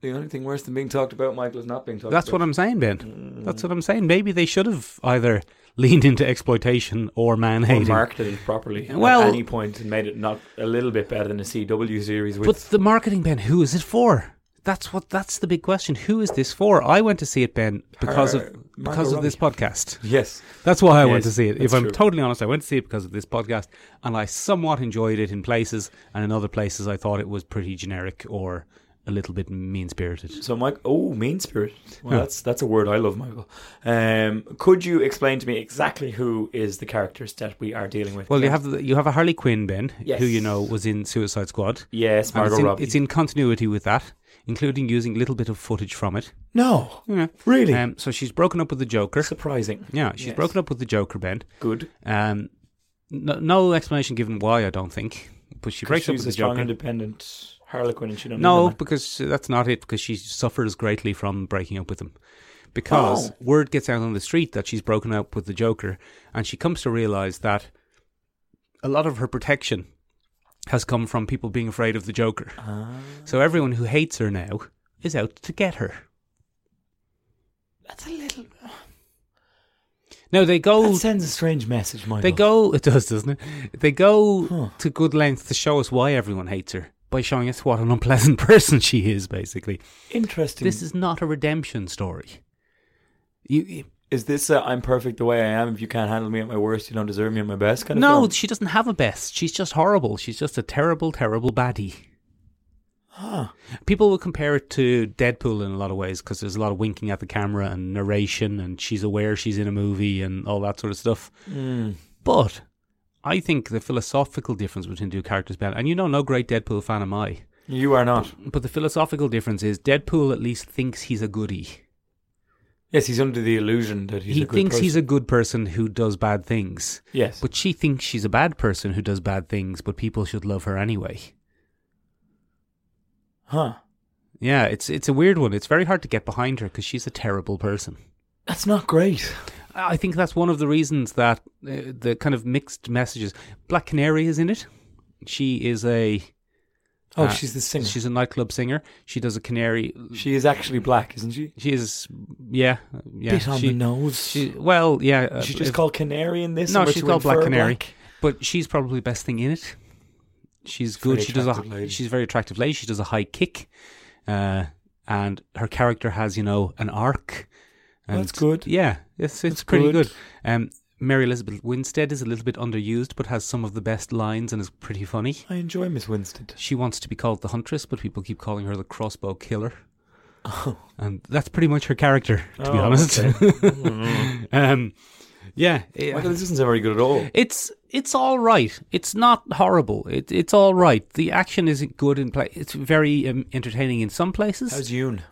Speaker 3: the only thing worse than being talked about, Michael, is not being talked
Speaker 2: That's what
Speaker 3: about.
Speaker 2: I'm saying, Ben.
Speaker 3: Mm.
Speaker 2: That's what I'm saying. Maybe they should have either leaned into exploitation or man
Speaker 3: Or
Speaker 2: hating.
Speaker 3: marketed it properly
Speaker 2: Well-
Speaker 3: at any point and made it not a little bit better than a CW series. With
Speaker 2: But the marketing, Ben, who is it for? That's what. That's the big question. Who is this for? I went to see it, Ben, because
Speaker 3: Her-
Speaker 2: of
Speaker 3: Margot
Speaker 2: because of this podcast.
Speaker 3: yes,
Speaker 2: That's why I
Speaker 3: Yes,
Speaker 2: went to see it. If
Speaker 3: that's
Speaker 2: I'm
Speaker 3: true.
Speaker 2: totally honest, I went to see it because of this podcast, and I somewhat enjoyed it in places, and in other places, I thought it was pretty generic or a little bit mean spirited.
Speaker 3: so Mike. Oh, mean spirit. Well,
Speaker 2: Yeah.
Speaker 3: that's that's a word I love, Michael. Um, could you explain to me exactly who is the characters that we are dealing with?
Speaker 2: Well, you
Speaker 3: Yes.
Speaker 2: have the, you have a Harley Quinn, Ben,
Speaker 3: Yes.
Speaker 2: who you know was in Suicide Squad.
Speaker 3: yes,
Speaker 2: And
Speaker 3: Margot
Speaker 2: it's, in,
Speaker 3: Robbie.
Speaker 2: it's in continuity with that, including using a little bit of footage from it.
Speaker 3: no,
Speaker 2: Yeah.
Speaker 3: really
Speaker 2: Um, so she's broken up with the Joker.
Speaker 3: surprising.
Speaker 2: Yeah, she's
Speaker 3: Yes.
Speaker 2: broken up with the Joker, Ben.
Speaker 3: Good.
Speaker 2: Um, no, no explanation given why, I don't think. But she breaks up
Speaker 3: she's
Speaker 2: with
Speaker 3: a
Speaker 2: the
Speaker 3: strong,
Speaker 2: Joker.
Speaker 3: independent Harlequin, and she don't.
Speaker 2: No,
Speaker 3: need
Speaker 2: because that's not it. Because she suffers greatly from breaking up with him.
Speaker 3: Oh.
Speaker 2: because word gets out on the street that she's broken up with the Joker, and she comes to realize that a lot of her protection has come from people being afraid of the Joker.
Speaker 3: Ah.
Speaker 2: So everyone who hates her now is out to get her.
Speaker 3: That's a little. uh,
Speaker 2: No, they go.
Speaker 3: That sends a strange message, Michael.
Speaker 2: They go. It does, doesn't it? They go
Speaker 3: Huh.
Speaker 2: to good lengths to show us why everyone hates her by showing us what an unpleasant person she is. Basically,
Speaker 3: Interesting.
Speaker 2: this is not a redemption story. You- You,
Speaker 3: Is this uh, I'm perfect the way I am? If you can't handle me at my worst, you don't deserve me at my best. Kind of
Speaker 2: no,
Speaker 3: film?
Speaker 2: she doesn't have a best. She's just horrible. She's just a terrible, terrible baddie.
Speaker 3: Huh.
Speaker 2: People will compare it to Deadpool in a lot of ways because there's a lot of winking at the camera and narration, and she's aware she's in a movie and all that sort of stuff.
Speaker 3: Mm.
Speaker 2: But I think the philosophical difference between two characters, Ben, and you know, no great Deadpool fan am I.
Speaker 3: You are not.
Speaker 2: But the philosophical difference is Deadpool at least thinks he's a goodie.
Speaker 3: Yes, he's under the illusion that he's
Speaker 2: he
Speaker 3: a good
Speaker 2: thinks
Speaker 3: person.
Speaker 2: he's a good person who does bad things.
Speaker 3: yes.
Speaker 2: But she thinks she's a bad person who does bad things, but people should love her anyway.
Speaker 3: huh.
Speaker 2: Yeah, it's it's a weird one. It's very hard to get behind her because she's a terrible person.
Speaker 3: That's not great.
Speaker 2: I think that's one of the reasons that uh, the kind of mixed messages. Black Canary is in it. She is a
Speaker 3: Oh,
Speaker 2: Uh,
Speaker 3: she's the singer.
Speaker 2: she's a nightclub singer. She does a canary.
Speaker 3: she is actually black, isn't she?
Speaker 2: She is yeah yeah.
Speaker 3: Bit on
Speaker 2: she,
Speaker 3: the nose.
Speaker 2: she- well yeah. uh,
Speaker 3: she's just
Speaker 2: if-
Speaker 3: called Canary in this.
Speaker 2: No,
Speaker 3: and we're
Speaker 2: she's
Speaker 3: to
Speaker 2: called Black
Speaker 3: infer
Speaker 2: Canary.
Speaker 3: black?
Speaker 2: But she's probably the best thing in it. She's
Speaker 3: Very
Speaker 2: good. She does a
Speaker 3: attractive lady.
Speaker 2: she's a very attractive lady. She does a high kick, uh, and her character has you know an arc. And
Speaker 3: That's good.
Speaker 2: Yeah, it's it's pretty
Speaker 3: good.
Speaker 2: good. Um, Mary Elizabeth Winstead is a little bit underused, but has some of the best lines and is pretty funny.
Speaker 3: I enjoy Miss Winstead.
Speaker 2: She wants to be called the Huntress, but people keep calling her the Crossbow Killer,
Speaker 3: Oh,
Speaker 2: and that's pretty much her character, to be
Speaker 3: Oh,
Speaker 2: honest.
Speaker 3: okay.
Speaker 2: um, yeah, yeah.
Speaker 3: Michael, this isn't sound very good at all.
Speaker 2: It's it's all right. It's not horrible. It, it's all right. The action isn't good in play. It's very um, entertaining in some places.
Speaker 3: How's Ewan?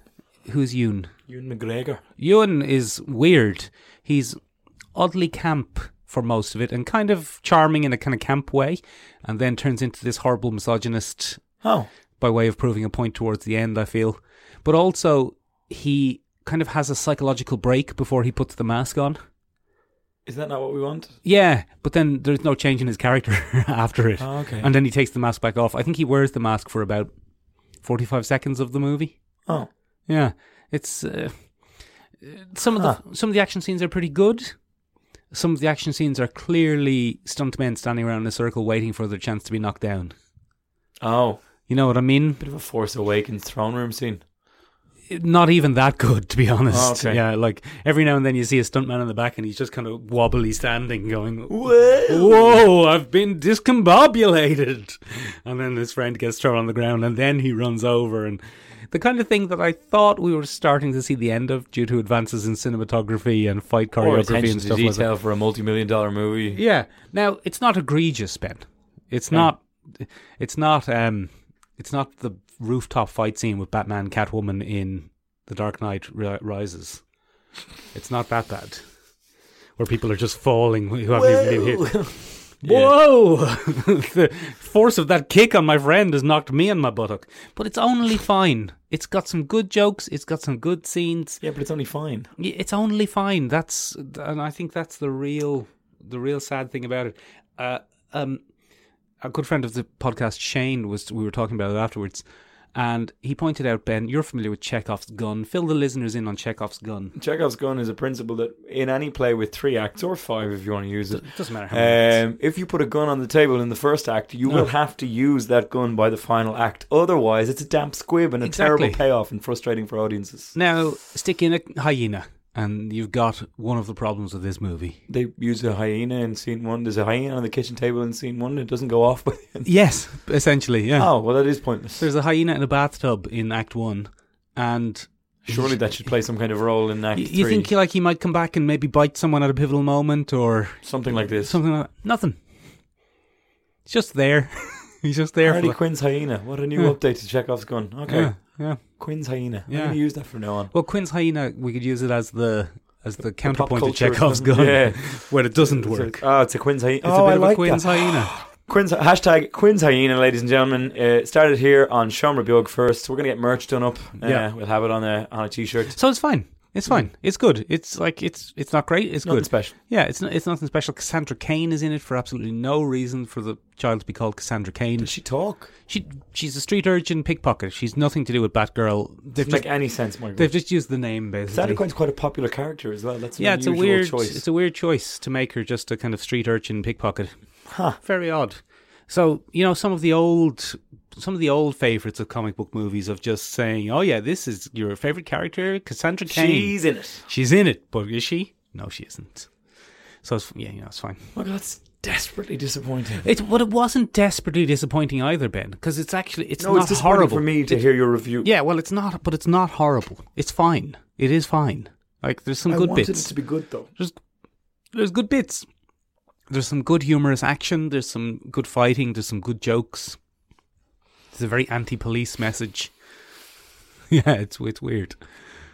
Speaker 2: Who's Ewan?
Speaker 3: Ewan McGregor.
Speaker 2: Ewan is weird. He's oddly camp for most of it, and kind of charming in a kind of camp way, and then turns into this horrible misogynist
Speaker 3: Oh,
Speaker 2: by way of proving a point towards the end. I feel, but also he kind of has a psychological break before he puts the mask on.
Speaker 3: is that not what we want?
Speaker 2: Yeah, but then there's no change in his character after it.
Speaker 3: Oh, okay.
Speaker 2: And then he takes the mask back off. I think he wears the mask for about 45 seconds of the movie.
Speaker 3: oh,
Speaker 2: Yeah. It's uh, uh, some of the some of the action scenes are pretty good. Some of the action scenes are clearly stuntmen standing around in a circle waiting for their chance to be knocked down.
Speaker 3: oh,
Speaker 2: You know what I mean?
Speaker 3: bit of a Force Awakens throne room scene.
Speaker 2: Not even that good, to be honest.
Speaker 3: Oh, Okay.
Speaker 2: Yeah, like every now and then you see a stuntman in the back and he's just kind of wobbly standing, going,
Speaker 3: Whoa!
Speaker 2: Whoa, I've been discombobulated. And then his friend gets thrown on the ground and then he runs over and the kind of thing that I thought we were starting to see the end of due to advances in cinematography and fight
Speaker 3: Or
Speaker 2: choreography
Speaker 3: attention
Speaker 2: and
Speaker 3: to
Speaker 2: stuff like that.
Speaker 3: detail for a multi-million dollar movie.
Speaker 2: Yeah. Now it's not egregious, Ben. It's not it's not um it's not the rooftop fight scene with Batman Catwoman in The Dark Knight Ri- Rises. It's not that bad. Where people are just falling who haven't even been hit. Whoa! the force of that kick on my friend has knocked me on my buttock. But it's only fine. It's got some good jokes. It's got some good scenes.
Speaker 3: Yeah, but it's only fine.
Speaker 2: Y- It's only fine. That's and I think that's the real the real sad thing about it. Uh, um, a good friend of the podcast, Shane, was we were talking about it afterwards, and he pointed out Ben, you're familiar with Chekhov's gun. Fill the listeners in on Chekhov's gun.
Speaker 3: Chekhov's gun is a principle that in any play with three acts or five, if you want to use it,
Speaker 2: Doesn't matter how. many
Speaker 3: um, if you put a gun on the table in the first act, you will have to use that gun by the final act. Otherwise, it's a damp squib and a
Speaker 2: Exactly.
Speaker 3: terrible payoff and frustrating for audiences.
Speaker 2: Now stick in a hyena, and you've got one of the problems of this movie.
Speaker 3: They use a hyena in scene one. There's a hyena on the kitchen table in scene one. And it doesn't go off by the end.
Speaker 2: Yes, essentially, yeah.
Speaker 3: Oh, well, that is pointless.
Speaker 2: There's a hyena in a bathtub in Act One, and
Speaker 3: Surely that should play some kind of role in act
Speaker 2: y- you
Speaker 3: three.
Speaker 2: think like he might come back and maybe bite someone at a pivotal moment or
Speaker 3: Something like this.
Speaker 2: something like that. Nothing. It's just there. He's just there.
Speaker 3: Harley
Speaker 2: For,
Speaker 3: Quinn's hyena. What a new
Speaker 2: Yeah.
Speaker 3: update to Chekhov's gun. Okay,
Speaker 2: yeah, yeah.
Speaker 3: Quinn's hyena. I'm
Speaker 2: Yeah.
Speaker 3: going to use that from now on.
Speaker 2: Well, Quinn's hyena, we could use it as the as the,
Speaker 3: Pop
Speaker 2: counterpoint to
Speaker 3: culture.
Speaker 2: Chekhov's gun,
Speaker 3: Yeah.
Speaker 2: where it doesn't
Speaker 3: It's
Speaker 2: work.
Speaker 3: like, oh, it's a Quinn's hyena.
Speaker 2: it's
Speaker 3: oh,
Speaker 2: a bit
Speaker 3: I
Speaker 2: of
Speaker 3: like
Speaker 2: a Quinn's
Speaker 3: that.
Speaker 2: hyena.
Speaker 3: Quinn's, hashtag Quinn's hyena, ladies and gentlemen. Uh, started here on Sean Bug first. We're going to get merch done up. Uh,
Speaker 2: Yeah.
Speaker 3: We'll have it on a, on a t-shirt.
Speaker 2: So it's fine. It's fine. It's good. It's like it's it's not great. It's
Speaker 3: Hmm. Nothing
Speaker 2: good.
Speaker 3: special.
Speaker 2: Yeah, it's not, it's nothing special. Cassandra Kane is in it for absolutely no reason for the child to be called Cassandra Kane.
Speaker 3: Does she talk?
Speaker 2: She she's a street urchin pickpocket. She's nothing to do with Batgirl. They've
Speaker 3: Doesn't
Speaker 2: just,
Speaker 3: make any sense, Michael.
Speaker 2: they've just used the name
Speaker 3: Sandra
Speaker 2: basically.
Speaker 3: Cohen's quite a popular character as well. That's an
Speaker 2: Yeah, it's a
Speaker 3: unusual
Speaker 2: weird
Speaker 3: choice.
Speaker 2: it's a weird choice to make her just a kind of street urchin pickpocket.
Speaker 3: Huh.
Speaker 2: Very odd. So you know some of the old some of the old favorites of comic book movies of just saying, oh yeah, this is your favorite character, Cassandra Kane.
Speaker 3: She's in it.
Speaker 2: She's in it, but is she? No, she isn't. So it's, yeah, you know, it's fine.
Speaker 3: Oh my God, that's desperately disappointing.
Speaker 2: It's but it wasn't desperately disappointing either, Ben, because it's actually it's
Speaker 3: no,
Speaker 2: not
Speaker 3: it's disappointing
Speaker 2: horrible
Speaker 3: for me to hear your review.
Speaker 2: Yeah, well, it's not, but it's not horrible. It's fine. It is fine. Like there's some
Speaker 3: I
Speaker 2: good
Speaker 3: wanted
Speaker 2: bits.
Speaker 3: it to be good though.
Speaker 2: There's there's good bits. There's some good humorous action. There's some good fighting. There's some good jokes. It's a very anti-police message. yeah, it's it's weird.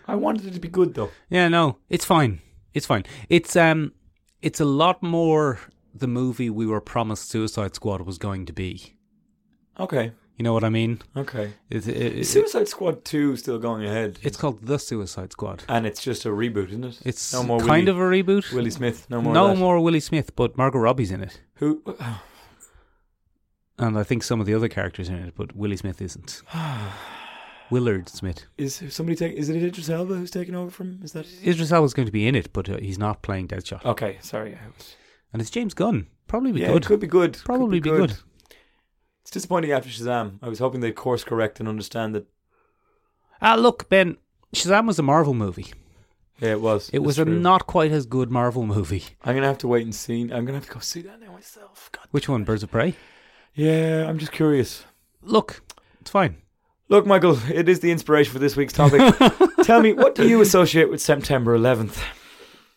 Speaker 3: I wanted it to be good though.
Speaker 2: Yeah, no, it's fine. It's fine. It's um, it's a lot more the movie we were promised Suicide Squad was going to be.
Speaker 3: Okay,
Speaker 2: You know what I mean?
Speaker 3: okay.
Speaker 2: It's it,
Speaker 3: Is
Speaker 2: it,
Speaker 3: Suicide Squad Two still going ahead?
Speaker 2: it's called the Suicide Squad.
Speaker 3: and it's just a reboot, isn't it?
Speaker 2: It's
Speaker 3: no more
Speaker 2: kind
Speaker 3: Willie,
Speaker 2: of a reboot.
Speaker 3: Willie Smith. No more.
Speaker 2: no
Speaker 3: of that.
Speaker 2: more Willie Smith, but Margot Robbie's in it,
Speaker 3: Who?
Speaker 2: and I think some of the other characters in it, but Willie Smith isn't. Willard Smith.
Speaker 3: Is somebody taking? Is it Idris Elba who's taking over from? Is that?
Speaker 2: Idris Elba's going to be in it, but uh, he's not playing Deadshot.
Speaker 3: Okay, sorry. I was-
Speaker 2: And it's James Gunn. Probably be
Speaker 3: Yeah,
Speaker 2: good.
Speaker 3: it could be good. Could
Speaker 2: Probably be good.
Speaker 3: It's disappointing after Shazam. I was hoping they'd course correct and understand that.
Speaker 2: Ah, look, Ben. Shazam was a Marvel movie.
Speaker 3: Yeah, it was.
Speaker 2: It was a not quite as good Marvel movie.
Speaker 3: I'm gonna have to wait and see. I'm gonna have to go see that now myself. God.
Speaker 2: Which one? Birds of Prey?
Speaker 3: Yeah, I'm just curious.
Speaker 2: Look, it's fine.
Speaker 3: Look, Michael, it is the inspiration for this week's topic. Tell me, what do you associate with September 11th?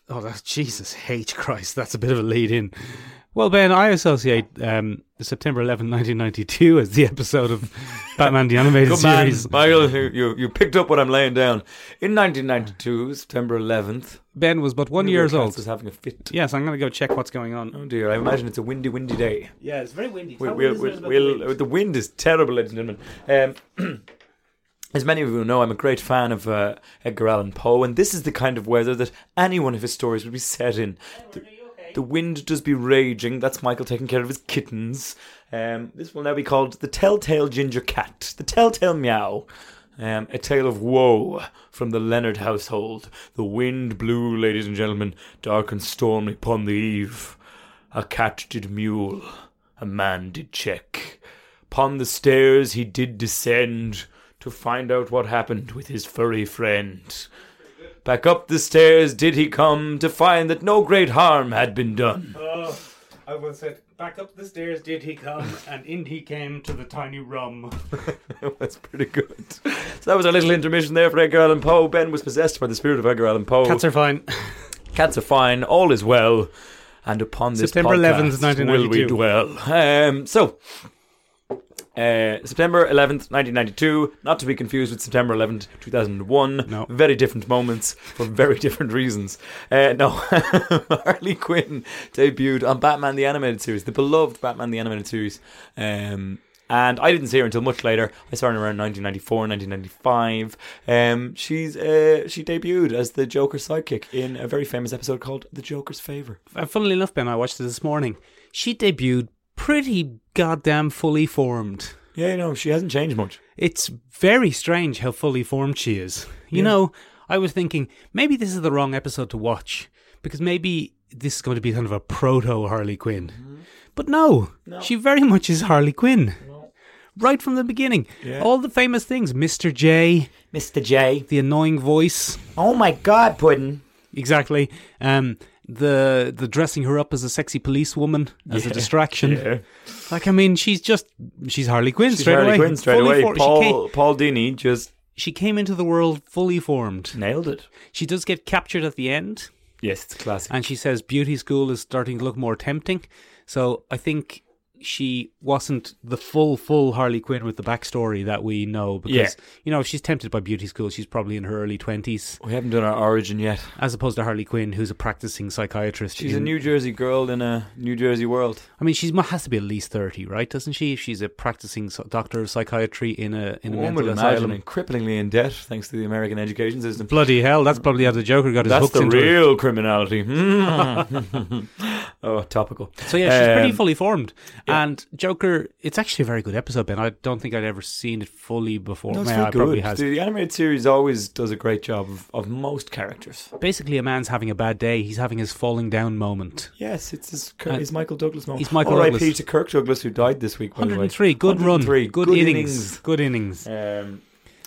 Speaker 2: Oh, that's Jesus H. Christ. That's a bit of a lead in. Well, Ben, I associate um, September 11, 1992 as the episode of Batman the Animated
Speaker 3: Good man,
Speaker 2: Series.
Speaker 3: Michael. You, you you picked up what I'm laying down. In 1992, September 11th,
Speaker 2: Ben was but one
Speaker 3: Newgate
Speaker 2: years
Speaker 3: Council
Speaker 2: old.
Speaker 3: is having a fit.
Speaker 2: Yes, I'm going to go check what's going on.
Speaker 3: Oh dear, I imagine it's a windy, windy day.
Speaker 2: Yeah, it's very windy.
Speaker 3: We'll, we'll, we'll, we'll- the wind is terrible, ladies and gentlemen. Um, as many of you know, I'm a great fan of uh, Edgar Allan Poe, and this is the kind of weather that any one of his stories would be set in. The, the wind does be raging. That's Michael taking care of his kittens. Um, this will now be called The Telltale Ginger Cat, The Telltale Meow. Um, a tale of woe from the Leonard household. The wind blew, ladies and gentlemen, dark and stormy upon the eve. A cat did mule, a man did check. Upon the stairs he did descend to find out what happened with his furry friend. Back up the stairs did he come to find that no great harm had been done.
Speaker 2: Oh, I was said, back up the stairs did he come, and in he came to the tiny room.
Speaker 3: That's pretty good. So that was our little intermission there for Edgar Allan Poe. Ben was possessed by the spirit of Edgar Allan Poe.
Speaker 2: Cats are fine.
Speaker 3: Cats are fine. All is well. And upon this
Speaker 2: September 11th,
Speaker 3: podcast
Speaker 2: 1992.
Speaker 3: will we dwell. Um, so, uh, September 11th, 1992. Not to be confused with September 11th, 2001.
Speaker 2: No.
Speaker 3: Very different moments for very different reasons. Uh, no, Harley Quinn debuted on Batman the Animated Series, the beloved Batman the Animated Series. Um, and I didn't see her until much later. I saw her around 1994, 1995. Um, she's uh, she debuted as the Joker's sidekick in a very famous episode called "The Joker's Favor."
Speaker 2: And Uh, funnily enough, Ben, I watched it this morning. She debuted pretty goddamn fully formed.
Speaker 3: Yeah, you know she hasn't changed much.
Speaker 2: It's very strange how fully formed she is. You
Speaker 3: Yeah.
Speaker 2: know, I was thinking maybe this is the wrong episode to watch because maybe this is going to be kind of a proto Harley Quinn.
Speaker 3: Mm-hmm.
Speaker 2: But no, she very much is Harley Quinn. Right from the beginning.
Speaker 3: Yeah.
Speaker 2: All the famous things Mr. J,
Speaker 3: Mr. J.
Speaker 2: the annoying voice.
Speaker 3: Oh my God, Puddin.
Speaker 2: Exactly. Um, the the dressing her up as a sexy policewoman as a
Speaker 3: Yeah.
Speaker 2: distraction. Like I mean, she's just she's Harley Quinn straight
Speaker 3: Harley
Speaker 2: away.
Speaker 3: Quinn straight
Speaker 2: Fully
Speaker 3: away.
Speaker 2: for- she
Speaker 3: Paul
Speaker 2: came-
Speaker 3: Paul Dini just
Speaker 2: she came into the world fully formed.
Speaker 3: nailed it.
Speaker 2: She does get captured at the end,
Speaker 3: Yes, it's classic.
Speaker 2: and she says beauty school is starting to look more tempting. So I think she wasn't the full full Harley Quinn with the backstory that we know because
Speaker 3: Yeah.
Speaker 2: you know if she's tempted by beauty school she's probably in her early 20s
Speaker 3: We haven't done our origin yet.
Speaker 2: as opposed to Harley Quinn who's a practicing psychiatrist
Speaker 3: She's a
Speaker 2: in-
Speaker 3: New Jersey girl in a New Jersey world.
Speaker 2: I mean she's mu- has to be at least 30 right doesn't she if she's a practicing so- doctor of psychiatry in a in a
Speaker 3: One would
Speaker 2: mental
Speaker 3: imagine,
Speaker 2: asylum
Speaker 3: and cripplingly in debt thanks to the American education system.
Speaker 2: bloody hell that's probably how the Joker got his
Speaker 3: That's
Speaker 2: hooks
Speaker 3: the
Speaker 2: into it.
Speaker 3: real criminality. Mm. oh, topical.
Speaker 2: So yeah, she's pretty
Speaker 3: Um,
Speaker 2: fully formed. And Joker, it's actually a very good episode, Ben. I don't think I'd ever seen it fully before.
Speaker 3: No, it's
Speaker 2: Man,
Speaker 3: very
Speaker 2: I probably
Speaker 3: good.
Speaker 2: has.
Speaker 3: The, the animated series always does a great job of, of most characters.
Speaker 2: Basically, a man's having a bad day. He's having his falling down moment.
Speaker 3: Yes, it's his, Kir-
Speaker 2: Uh,
Speaker 3: his Michael Douglas moment.
Speaker 2: he's Michael
Speaker 3: R.I.P.
Speaker 2: Douglas.
Speaker 3: to Kirk Douglas, who died this week. By the way.
Speaker 2: 103, good run,
Speaker 3: 103,
Speaker 2: good,
Speaker 3: good
Speaker 2: innings.
Speaker 3: innings.
Speaker 2: good innings.
Speaker 3: Um,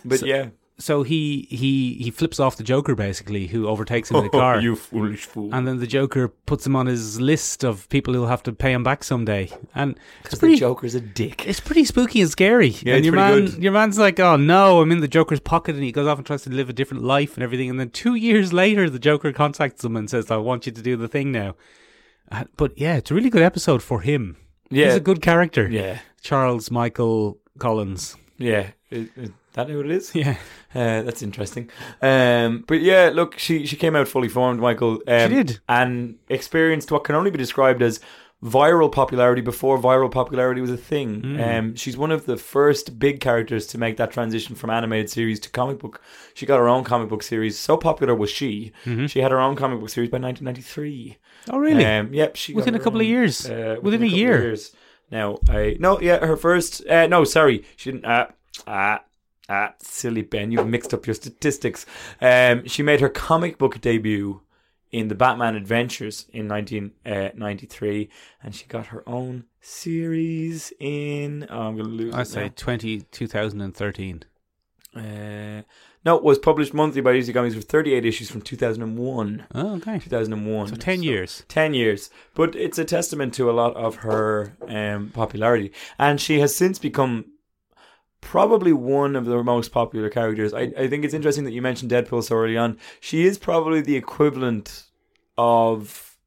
Speaker 3: but
Speaker 2: So-
Speaker 3: yeah,
Speaker 2: So he he he flips off the Joker basically, who overtakes him in a car,
Speaker 3: Oh, you foolish fool.
Speaker 2: and then the Joker puts him on his list of people who'll have to pay him back someday. And it's
Speaker 3: the
Speaker 2: pretty
Speaker 3: Joker's a dick.
Speaker 2: it's pretty spooky and scary.
Speaker 3: Yeah,
Speaker 2: and
Speaker 3: it's
Speaker 2: your man,
Speaker 3: pretty
Speaker 2: your man's like, "Oh no, I'm in the Joker's pocket," and he goes off and tries to live a different life and everything. And then two years later, the Joker contacts him and says, "I want you to do the thing now." Uh, But yeah, it's a really good episode for him. He's
Speaker 3: Yeah,
Speaker 2: a good character,
Speaker 3: yeah,
Speaker 2: Charles Michael Collins.
Speaker 3: yeah. Is- is that who it is?
Speaker 2: Yeah,
Speaker 3: Uh, that's interesting. Um, but yeah, look, she she came out fully formed, Michael. Um,
Speaker 2: She did.
Speaker 3: and experienced what can only be described as viral popularity before viral popularity was a thing.
Speaker 2: Mm.
Speaker 3: Um, she's one of the first big characters to make that transition from animated series to comic book. She got her own comic book series. So popular was she.
Speaker 2: Mm-hmm.
Speaker 3: She had her own comic book series by 1993.
Speaker 2: oh really?
Speaker 3: Um, yep. She got
Speaker 2: Within a
Speaker 3: her
Speaker 2: couple of
Speaker 3: own,
Speaker 2: years. Within a
Speaker 3: couple of
Speaker 2: year.
Speaker 3: years. Now I no yeah her first uh, no sorry she didn't ah ah ah silly Ben you've mixed up your statistics. Um, she made her comic book debut in the Batman Adventures in 1993, and she got her own series in. Oh, I'm gonna lose.
Speaker 2: I
Speaker 3: it now.
Speaker 2: say 20, 2013.
Speaker 3: Uh, no, it was published monthly by Easy Comics with 38 issues from 2001.
Speaker 2: Oh, okay.
Speaker 3: 2001.
Speaker 2: So ten years.
Speaker 3: 10 years but it's a testament to a lot of her um, popularity and she has since become probably one of the most popular characters I, I think it's interesting that you mentioned deadpool so early on she is probably the equivalent of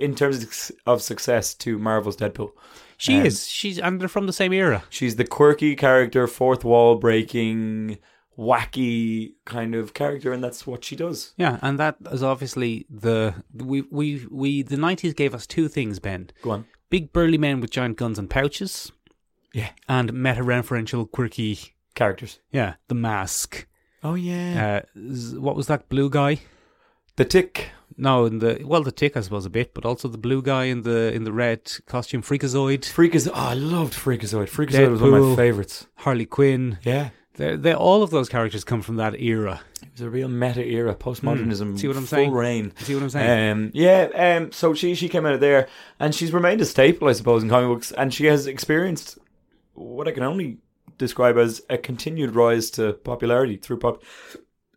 Speaker 3: in terms of success to marvel's deadpool
Speaker 2: She
Speaker 3: Um,
Speaker 2: is. She's and they're from the same era.
Speaker 3: she's the quirky character fourth wall breaking wacky kind of character and that's what she does
Speaker 2: Yeah, and that is obviously the we we we the nineties gave us two things, Ben.
Speaker 3: go on
Speaker 2: big burly men with giant guns and pouches.
Speaker 3: Yeah.
Speaker 2: And meta referential quirky.
Speaker 3: characters
Speaker 2: Yeah. The mask.
Speaker 3: oh yeah
Speaker 2: Uh, z- what was that blue guy?
Speaker 3: the tick
Speaker 2: No, in the well, the tick I suppose a bit, but also the blue guy in the in the red costume, Freakazoid,
Speaker 3: Freakazoid. Oh, I loved Freakazoid. Freakazoid was one of
Speaker 2: Deadpool.
Speaker 3: my favorites.
Speaker 2: Harley Quinn.
Speaker 3: Yeah.
Speaker 2: They're, they're, all of those characters come from that era.
Speaker 3: It was a real meta era, postmodernism.
Speaker 2: Mm, see what I'm
Speaker 3: full
Speaker 2: saying?
Speaker 3: reign.
Speaker 2: See what I'm saying?
Speaker 3: Um, yeah, um, so she she came out of there and she's remained a staple, I suppose, in comic books, and she has experienced what I can only describe as a continued rise to popularity through pop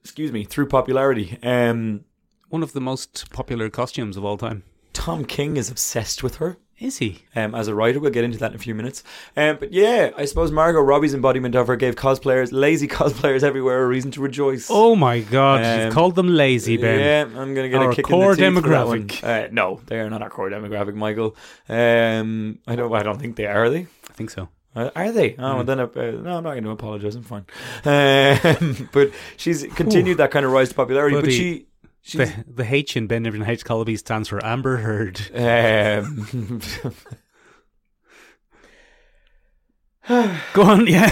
Speaker 3: excuse me, through popularity. Um,
Speaker 2: One of the most popular costumes of all time.
Speaker 3: Tom King is obsessed with her.
Speaker 2: Is he?
Speaker 3: um, as a writer. We'll get into that in a few minutes. Um, but yeah, I suppose Margot Robbie's embodiment of her gave cosplayers, lazy cosplayers everywhere, a reason to rejoice.
Speaker 2: Oh my God!
Speaker 3: Um,
Speaker 2: You've called them lazy, Ben.
Speaker 3: Yeah, I'm gonna get
Speaker 2: Our
Speaker 3: a kick
Speaker 2: core
Speaker 3: in the teeth for that
Speaker 2: demographic.
Speaker 3: one. Uh, no, they are not our core demographic, Michael. Um, I don't. I don't think they are. Are they?
Speaker 2: I think so.
Speaker 3: Uh, Are they? Oh,
Speaker 2: Hmm.
Speaker 3: well, then uh, uh, no, I'm not going to apologize. I'm fine. Um, but she's continued that kind of rise to popularity. But
Speaker 2: Bloody-
Speaker 3: she, she's
Speaker 2: The, the H in Ben Everton H Colby stands for Amber Heard.
Speaker 3: Uh, um,
Speaker 2: Go on, yeah.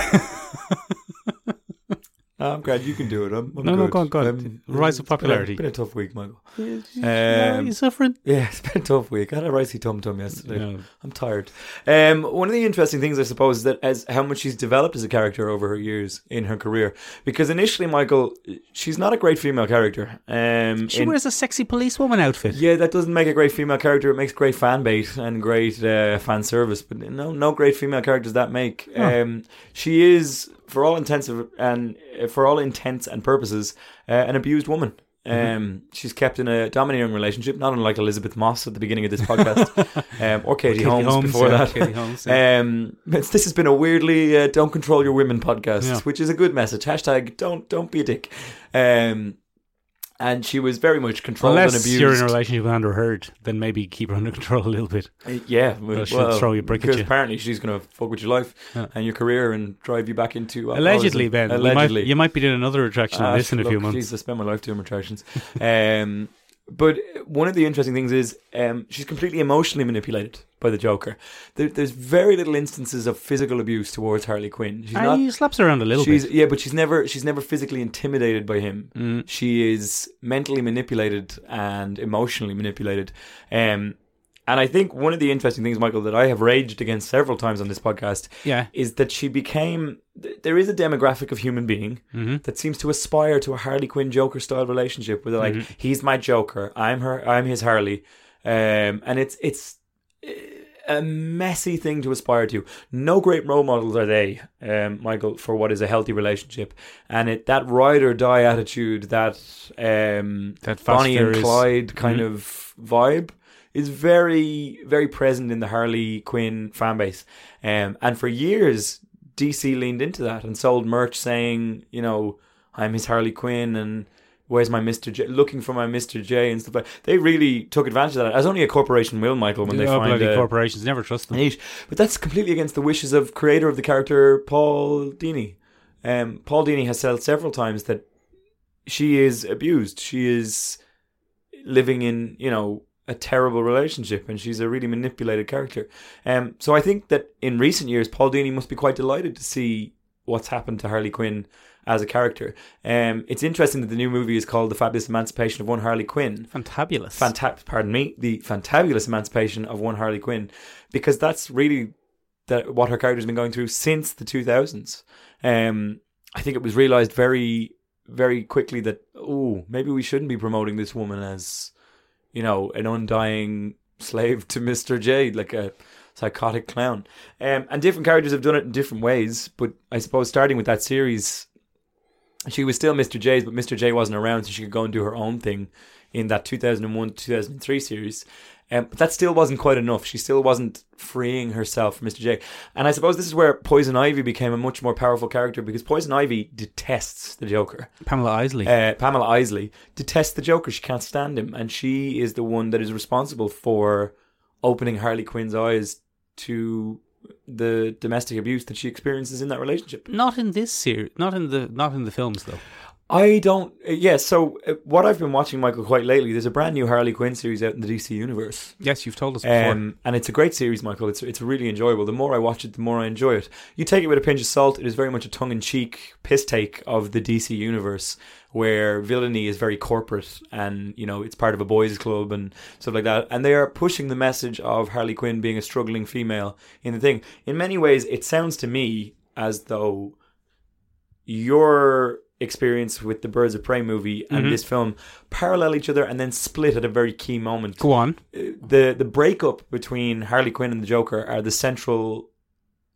Speaker 3: I'm glad you can do it. I'm, I'm
Speaker 2: No,
Speaker 3: good.
Speaker 2: no, go on, go on.
Speaker 3: I'm-
Speaker 2: Rise of
Speaker 3: it's been a-
Speaker 2: popularity.
Speaker 3: Been a, tough week, Michael.
Speaker 2: Are you
Speaker 3: Um,
Speaker 2: suffering?
Speaker 3: yeah, it's been a tough week. I had a ricey tum tum yesterday.
Speaker 2: No.
Speaker 3: I'm tired. Um, one of the interesting things, I suppose, is that as how much she's developed as a character over her years in her career. Because initially, Michael, she's not a great female character. Um,
Speaker 2: She
Speaker 3: in-
Speaker 2: wears a sexy policewoman outfit.
Speaker 3: yeah, that doesn't make a great female character. It makes great fan bait and great uh, fan service, but no, no great female characters that make. Um, she is, for all intents of- and uh, for all intents and purposes, uh, an abused woman. Um,
Speaker 2: Mm-hmm.
Speaker 3: She's kept in a domineering relationship, not unlike Elizabeth Moss at the beginning of this podcast, um, or Katie, Holmes, before
Speaker 2: yeah,
Speaker 3: that.
Speaker 2: Katie Holmes, yeah.
Speaker 3: Um, it's- this has been a weirdly uh, "Don't control your women" podcast,
Speaker 2: Yeah.
Speaker 3: which is a good message. Hashtag don't don't be a dick. Um, and she was very much controlled and
Speaker 2: Unless
Speaker 3: abused.
Speaker 2: you're in a relationship with Amber Heard, then maybe keep her under control a little bit.
Speaker 3: Uh, Yeah, well,
Speaker 2: she'll throw you a brick at
Speaker 3: because
Speaker 2: you.
Speaker 3: apparently she's going to fuck with your life
Speaker 2: Yeah.
Speaker 3: and your career and drive you back into alcoholism.
Speaker 2: Allegedly, Ben. you might-
Speaker 3: Allegedly,
Speaker 2: You, might, be doing another attraction
Speaker 3: Ah,
Speaker 2: of this in a few
Speaker 3: look,
Speaker 2: months.
Speaker 3: Jeez, I spent my life doing retractions. um, but one of the interesting things is um, she's completely emotionally manipulated by the Joker. There, there's very little instances of physical abuse towards Harley Quinn. She's
Speaker 2: Ah,
Speaker 3: not.
Speaker 2: he slaps her around a little
Speaker 3: She's
Speaker 2: bit.
Speaker 3: yeah, but she's never she's never physically intimidated by him.
Speaker 2: Mm.
Speaker 3: She is mentally manipulated and emotionally manipulated. Um, and I think one of the interesting things, Michael, that I have raged against several times on this podcast
Speaker 2: Yeah.
Speaker 3: is that she became. th- There is a demographic of human being
Speaker 2: Mhm.
Speaker 3: that seems to aspire to a Harley Quinn Joker style relationship, where they're like, "He's my Joker, I'm her, I'm his Harley," um, and it's it's uh, a messy thing to aspire to. No great role models are they, um, Michael, for what is a healthy relationship, and it that ride or die attitude, that um,
Speaker 2: That fast
Speaker 3: Bonnie and
Speaker 2: furious-
Speaker 3: Clyde kind
Speaker 2: Mhm.
Speaker 3: of vibe is very, very present in the Harley Quinn fan base. Um, and for years, DC leaned into that and sold merch saying, you know, I'm his Harley Quinn and where's my Mr. J? Looking for my Mr. J and stuff like They really took advantage of that, as only a corporation will, Michael, when they
Speaker 2: Oh,
Speaker 3: find
Speaker 2: bloody
Speaker 3: a,
Speaker 2: corporations never trust them.
Speaker 3: niche. But that's completely against the wishes of creator of the character Paul Dini. Um, Paul Dini has said several times that she is abused. She is living in you know a terrible relationship, and she's a really manipulated character. Um, so I think that in recent years, Paul Dini must be quite delighted to see what's happened to Harley Quinn as a character. Um, it's interesting that the new movie is called The Fabulous Emancipation of One Harley Quinn
Speaker 2: Fantabulous.
Speaker 3: fanta- pardon me, the fantabulous emancipation of one Harley Quinn, because that's really that what her character's been going through since the 2000s. Um, I think it was realized very, very quickly that oh, maybe we shouldn't be promoting this woman as, you know, an undying slave to Mister J, like a psychotic clown. Um, and different characters have done it in different ways, but I suppose starting with that series, she was still Mr. J's, but Mr. J wasn't around, so she could go and do her own thing in that 2001 2003 series. Um, but that still wasn't quite enough. She still wasn't freeing herself from Mr. J. And I suppose this is where Poison Ivy became a much more powerful character because Poison Ivy detests the Joker.
Speaker 2: Pamela Isley.
Speaker 3: Uh, Pamela Isley detests the Joker. She can't stand him, and she is the one that is responsible for opening Harley Quinn's eyes to the domestic abuse that she experiences in that relationship.
Speaker 2: not in this series. Not in the. Not in the films though.
Speaker 3: I don't. uh, Yeah, so uh, what I've been watching, Michael, quite lately, there's a brand new Harley Quinn series out in the DC universe,
Speaker 2: Yes, you've told us before.
Speaker 3: um, and it's a great series, Michael. It's it's really enjoyable. The more I watch it, the more I enjoy it. You take it with a pinch of salt. It is very much a tongue in cheek piss take of the DC universe, where villainy is very corporate, and you know it's part of a boys' club and stuff like that. And they are pushing the message of Harley Quinn being a struggling female in the thing. In many ways, it sounds to me as though your experience with the Birds of Prey movie and this film parallel each other and then split at a very key moment.
Speaker 2: Go on.
Speaker 3: Uh, The the breakup between Harley Quinn and the Joker are the central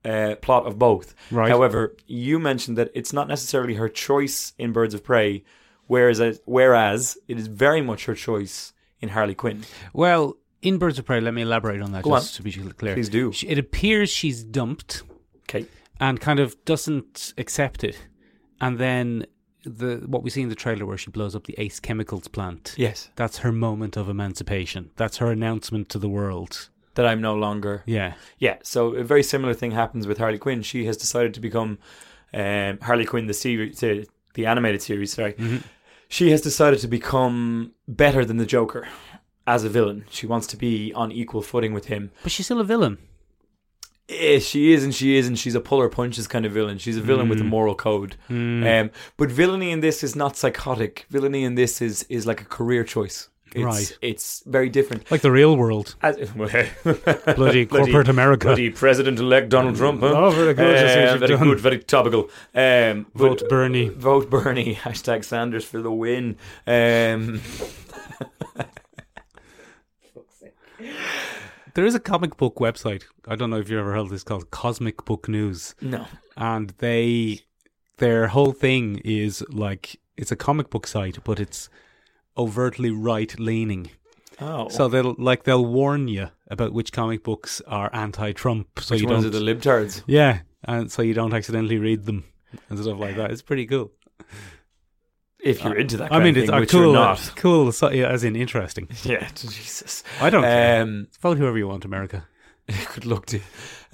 Speaker 3: uh, plot of both.
Speaker 2: Right.
Speaker 3: However, you mentioned that it's not necessarily her choice in Birds of Prey, whereas uh, whereas it is very much her choice in Harley Quinn.
Speaker 2: Well, in Birds of Prey, let me elaborate on that
Speaker 3: Go
Speaker 2: just to
Speaker 3: on.
Speaker 2: be clear.
Speaker 3: Please do.
Speaker 2: She- It appears she's dumped
Speaker 3: Okay.
Speaker 2: and kind of doesn't accept it, and then the what we see in the trailer where she blows up the Ace Chemicals plant.
Speaker 3: Yes.
Speaker 2: That's her moment of emancipation. That's her announcement to the world.
Speaker 3: That I'm no longer
Speaker 2: Yeah.
Speaker 3: Yeah, so a very similar thing happens with Harley Quinn. She has decided to become um, Harley Quinn the series, the, the animated series. Sorry, she has decided to become better than the Joker as a villain. She wants to be on equal footing with him.
Speaker 2: But she's still a villain.
Speaker 3: Eh, she is, and she is, and she's a puller punches kind of villain. She's a villain with a moral code. Um, but villainy in this is not psychotic. Villainy in this is is like a career choice. It's,
Speaker 2: Right.
Speaker 3: it's very different.
Speaker 2: Like the real world.
Speaker 3: As,
Speaker 2: Bloody corporate America.
Speaker 3: Bloody President-elect Donald Trump. Huh?
Speaker 2: Oh, very good, that's what
Speaker 3: Uh,
Speaker 2: you've
Speaker 3: very
Speaker 2: done.
Speaker 3: good, very topical. Um, but-
Speaker 2: Vote Bernie.
Speaker 3: Vote Bernie. Hashtag Sanders for the win. Um,
Speaker 2: There is a comic book website. I don't know if you've ever heard of this called Cosmic Book News.
Speaker 3: no.
Speaker 2: and they their whole thing is like it's a comic book site but it's overtly right leaning
Speaker 3: Oh.
Speaker 2: so they'll like they'll warn you about which comic books are anti-trump so
Speaker 3: Which
Speaker 2: you
Speaker 3: ones
Speaker 2: don't
Speaker 3: are the libtards?
Speaker 2: yeah and so you don't accidentally read them and stuff like that it's pretty cool
Speaker 3: if you're into that.
Speaker 2: I
Speaker 3: Kind
Speaker 2: mean,
Speaker 3: of
Speaker 2: it's
Speaker 3: thing,
Speaker 2: uh,
Speaker 3: which
Speaker 2: cool,
Speaker 3: You're not.
Speaker 2: cool, so, yeah, as in interesting.
Speaker 3: Yeah, Jesus.
Speaker 2: I don't care.
Speaker 3: Um,
Speaker 2: Vote whoever you want, America.
Speaker 3: good luck to you.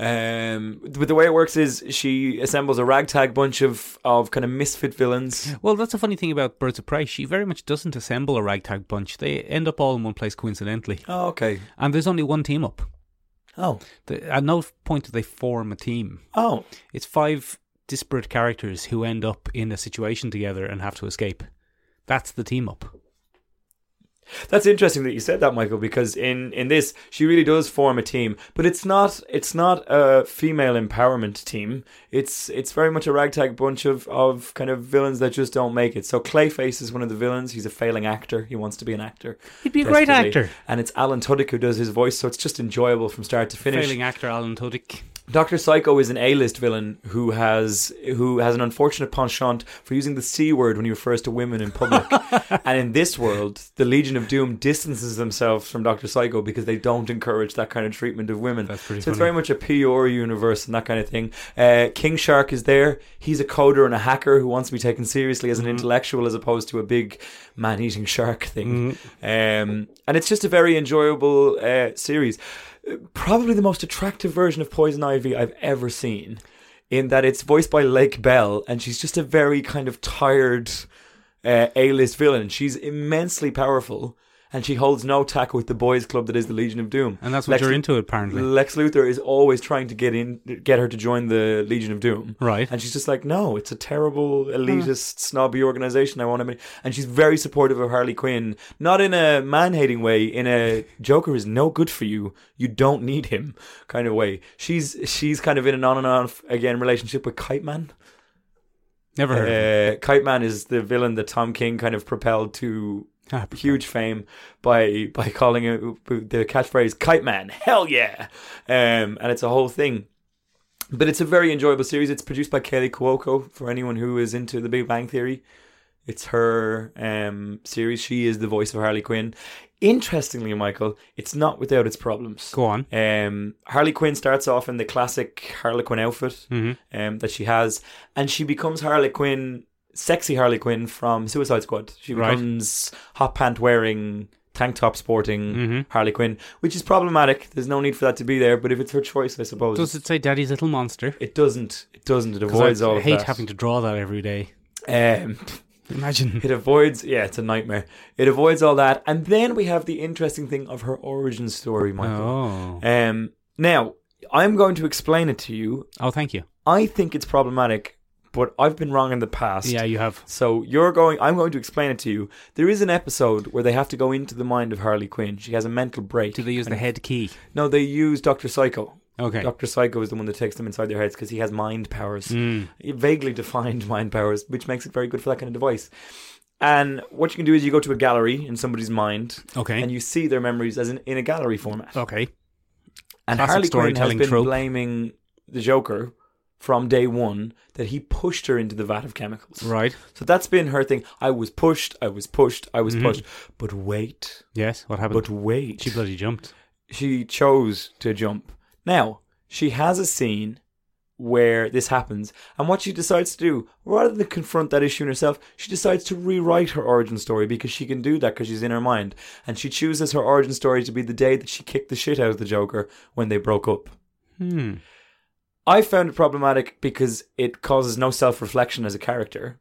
Speaker 3: Um, but the way it works is she assembles a ragtag bunch of, of kind of misfit villains.
Speaker 2: Well, that's a funny thing about Birds of Prey. She very much doesn't assemble a ragtag bunch. They end up all in one place coincidentally,
Speaker 3: Oh, okay.
Speaker 2: and there's only one team up.
Speaker 3: Oh,
Speaker 2: The- At no point do they form a team.
Speaker 3: oh,
Speaker 2: It's five disparate characters who end up in a situation together and have to escape. That's the team up.
Speaker 3: that's interesting that you said that, Michael. Because in in this, she really does form a team, but it's not it's not a female empowerment team. It's it's very much a ragtag bunch of of kind of villains that just don't make it. So Clayface is one of the villains. He's a failing actor. He wants to be an actor.
Speaker 2: He'd be a great
Speaker 3: desperately.
Speaker 2: actor.
Speaker 3: And it's Alan Tudyk who does his voice, so it's just enjoyable from start to finish.
Speaker 2: Failing actor Alan Tudyk.
Speaker 3: Doctor Psycho is an A-list villain who has who has an unfortunate penchant for using the c word when he refers to women in public. and in this world, the Legion of Doom distances themselves from Doctor Psycho because they don't encourage that kind of treatment of women.
Speaker 2: That's pretty
Speaker 3: so it's
Speaker 2: funny.
Speaker 3: very much a PR universe and that kind of thing. Uh, King Shark is there. He's a coder and a hacker who wants to be taken seriously as an
Speaker 2: Mm-hmm.
Speaker 3: intellectual as opposed to a big man-eating shark thing.
Speaker 2: Mm-hmm.
Speaker 3: Um, and it's just a very enjoyable uh, series probably the most attractive version of Poison Ivy I've ever seen. In that it's voiced by Lake Bell, and she's just a very kind of tired uh, A-list villain. She's immensely powerful, and she holds no tackle with the boys' club that is the Legion of Doom.
Speaker 2: And that's what
Speaker 3: Lex-
Speaker 2: you're into, apparently.
Speaker 3: Lex Luthor is always trying to get in, get her to join the Legion of Doom.
Speaker 2: Right.
Speaker 3: And she's just like, no, it's a terrible elitist, snobby organization. I want to be. And she's very supportive of Harley Quinn, not in a man hating way, in a Joker is no good for you. You don't need him kind of way. She's she's kind of in an on and off again relationship with Kite Man.
Speaker 2: Never heard of it.
Speaker 3: Uh, Kite Man is the villain that Tom King kind of propelled to
Speaker 2: Ah, but-
Speaker 3: huge fame by by calling it the catchphrase "Kite Man." Hell yeah! Um, and it's a whole thing. But it's a very enjoyable series. It's produced by Kelly Cuoco. For anyone who is into The Big Bang Theory, it's her um, series. She is the voice of Harley Quinn. Interestingly, Michael, it's not without its problems.
Speaker 2: Go on.
Speaker 3: Um, Harley Quinn starts off in the classic Harlequin outfit
Speaker 2: Mm-hmm.
Speaker 3: um, that she has, and she becomes Harley Quinn, sexy Harley Quinn from Suicide Squad. She
Speaker 2: Right.
Speaker 3: becomes hot pant wearing, tank top sporting
Speaker 2: Mm-hmm.
Speaker 3: Harley Quinn, which is problematic. There's no need for that to be there, but if it's her choice, I suppose.
Speaker 2: Does it say Daddy's Little Monster?
Speaker 3: it doesn't. It doesn't. It
Speaker 2: 'Cause
Speaker 3: avoids
Speaker 2: I
Speaker 3: all of
Speaker 2: hate
Speaker 3: that.
Speaker 2: having to draw that every day.
Speaker 3: Um,
Speaker 2: Imagine.
Speaker 3: it avoids. Yeah, it's a nightmare. It avoids all that, and then we have the interesting thing of her origin story, Michael.
Speaker 2: Oh.
Speaker 3: Um, now I'm going to explain it to you
Speaker 2: Oh, thank you.
Speaker 3: I think it's problematic, but I've been wrong in the past.
Speaker 2: Yeah, you have.
Speaker 3: So you're going. I'm going to explain it to you. There is an episode where they have to go into the mind of Harley Quinn. She has a mental break.
Speaker 2: Do they use the head key?
Speaker 3: No, they use Doctor Psycho.
Speaker 2: Okay.
Speaker 3: Doctor Psycho is the one that takes them inside their heads because he has mind powers,
Speaker 2: Mm.
Speaker 3: vaguely defined mind powers, which makes it very good for that kind of device. And what you can do is you go to a gallery in somebody's mind,
Speaker 2: Okay.
Speaker 3: and you see their memories as in, in a gallery format.
Speaker 2: okay. Classic
Speaker 3: And Harley Quinn has
Speaker 2: storytelling
Speaker 3: been
Speaker 2: trope.
Speaker 3: blaming the Joker from day one that he pushed her into the vat of chemicals.
Speaker 2: Right.
Speaker 3: So that's been her thing. I was pushed. I was pushed. I was pushed. But wait.
Speaker 2: Yes. What happened?
Speaker 3: But wait.
Speaker 2: Mm-hmm. she bloody jumped.
Speaker 3: she chose to jump. Now she has a scene where this happens, and what she decides to do, rather than confront that issue in herself, she decides to rewrite her origin story because she can do that because she's in her mind, and she chooses her origin story to be the day that she kicked the shit out of the Joker when they broke up.
Speaker 2: Hmm.
Speaker 3: I found it problematic because it causes no self reflection as a character.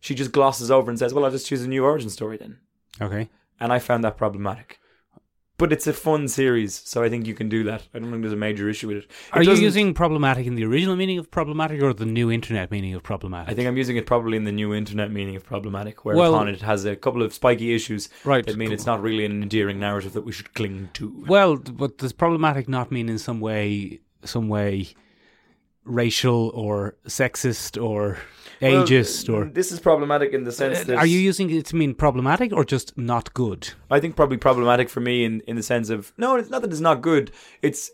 Speaker 3: She just glosses over and says, Well, I'll just choose a new origin story then.
Speaker 2: Okay.
Speaker 3: And I found that problematic. But it's a fun series, so I think you can do that. I don't think there's a major issue with it. It
Speaker 2: Are you
Speaker 3: doesn't-
Speaker 2: using problematic in the original meaning of problematic or the new internet meaning of problematic?
Speaker 3: I think I'm using it probably in the new internet meaning of problematic, whereupon
Speaker 2: Well-
Speaker 3: it has a couple of spiky issues
Speaker 2: Right.
Speaker 3: that mean it's not really an endearing narrative that we should cling to.
Speaker 2: Well, but does problematic not mean in some way, some way, racial or sexist or ageist or?
Speaker 3: This is problematic in the sense that.
Speaker 2: Uh, Are you using it to mean problematic or just not good?
Speaker 3: I think probably problematic for me in, in the sense of no, it's not that it's not good. It's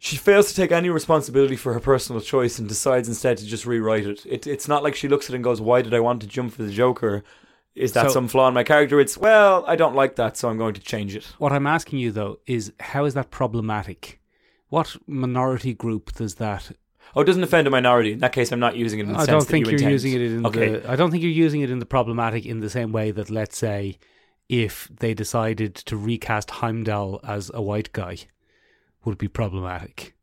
Speaker 3: she fails to take any responsibility for her personal choice and decides instead to just rewrite it. it it's not like she looks at it and goes, "Why did I want to jump for the Joker? Is that
Speaker 2: So-
Speaker 3: some flaw in my character?" It's well, I don't like that, so I'm going to change it.
Speaker 2: What I'm asking you though is how is that problematic? What minority group does that
Speaker 3: Oh, it doesn't offend a minority. In that case, I'm not using it. in the
Speaker 2: I
Speaker 3: sense
Speaker 2: don't
Speaker 3: that
Speaker 2: think
Speaker 3: you
Speaker 2: you are
Speaker 3: intend.
Speaker 2: using it in
Speaker 3: Okay.
Speaker 2: the. I don't think you're using it in the problematic in the same way that, let's say, if they decided to recast Heimdall as a white guy, would be problematic.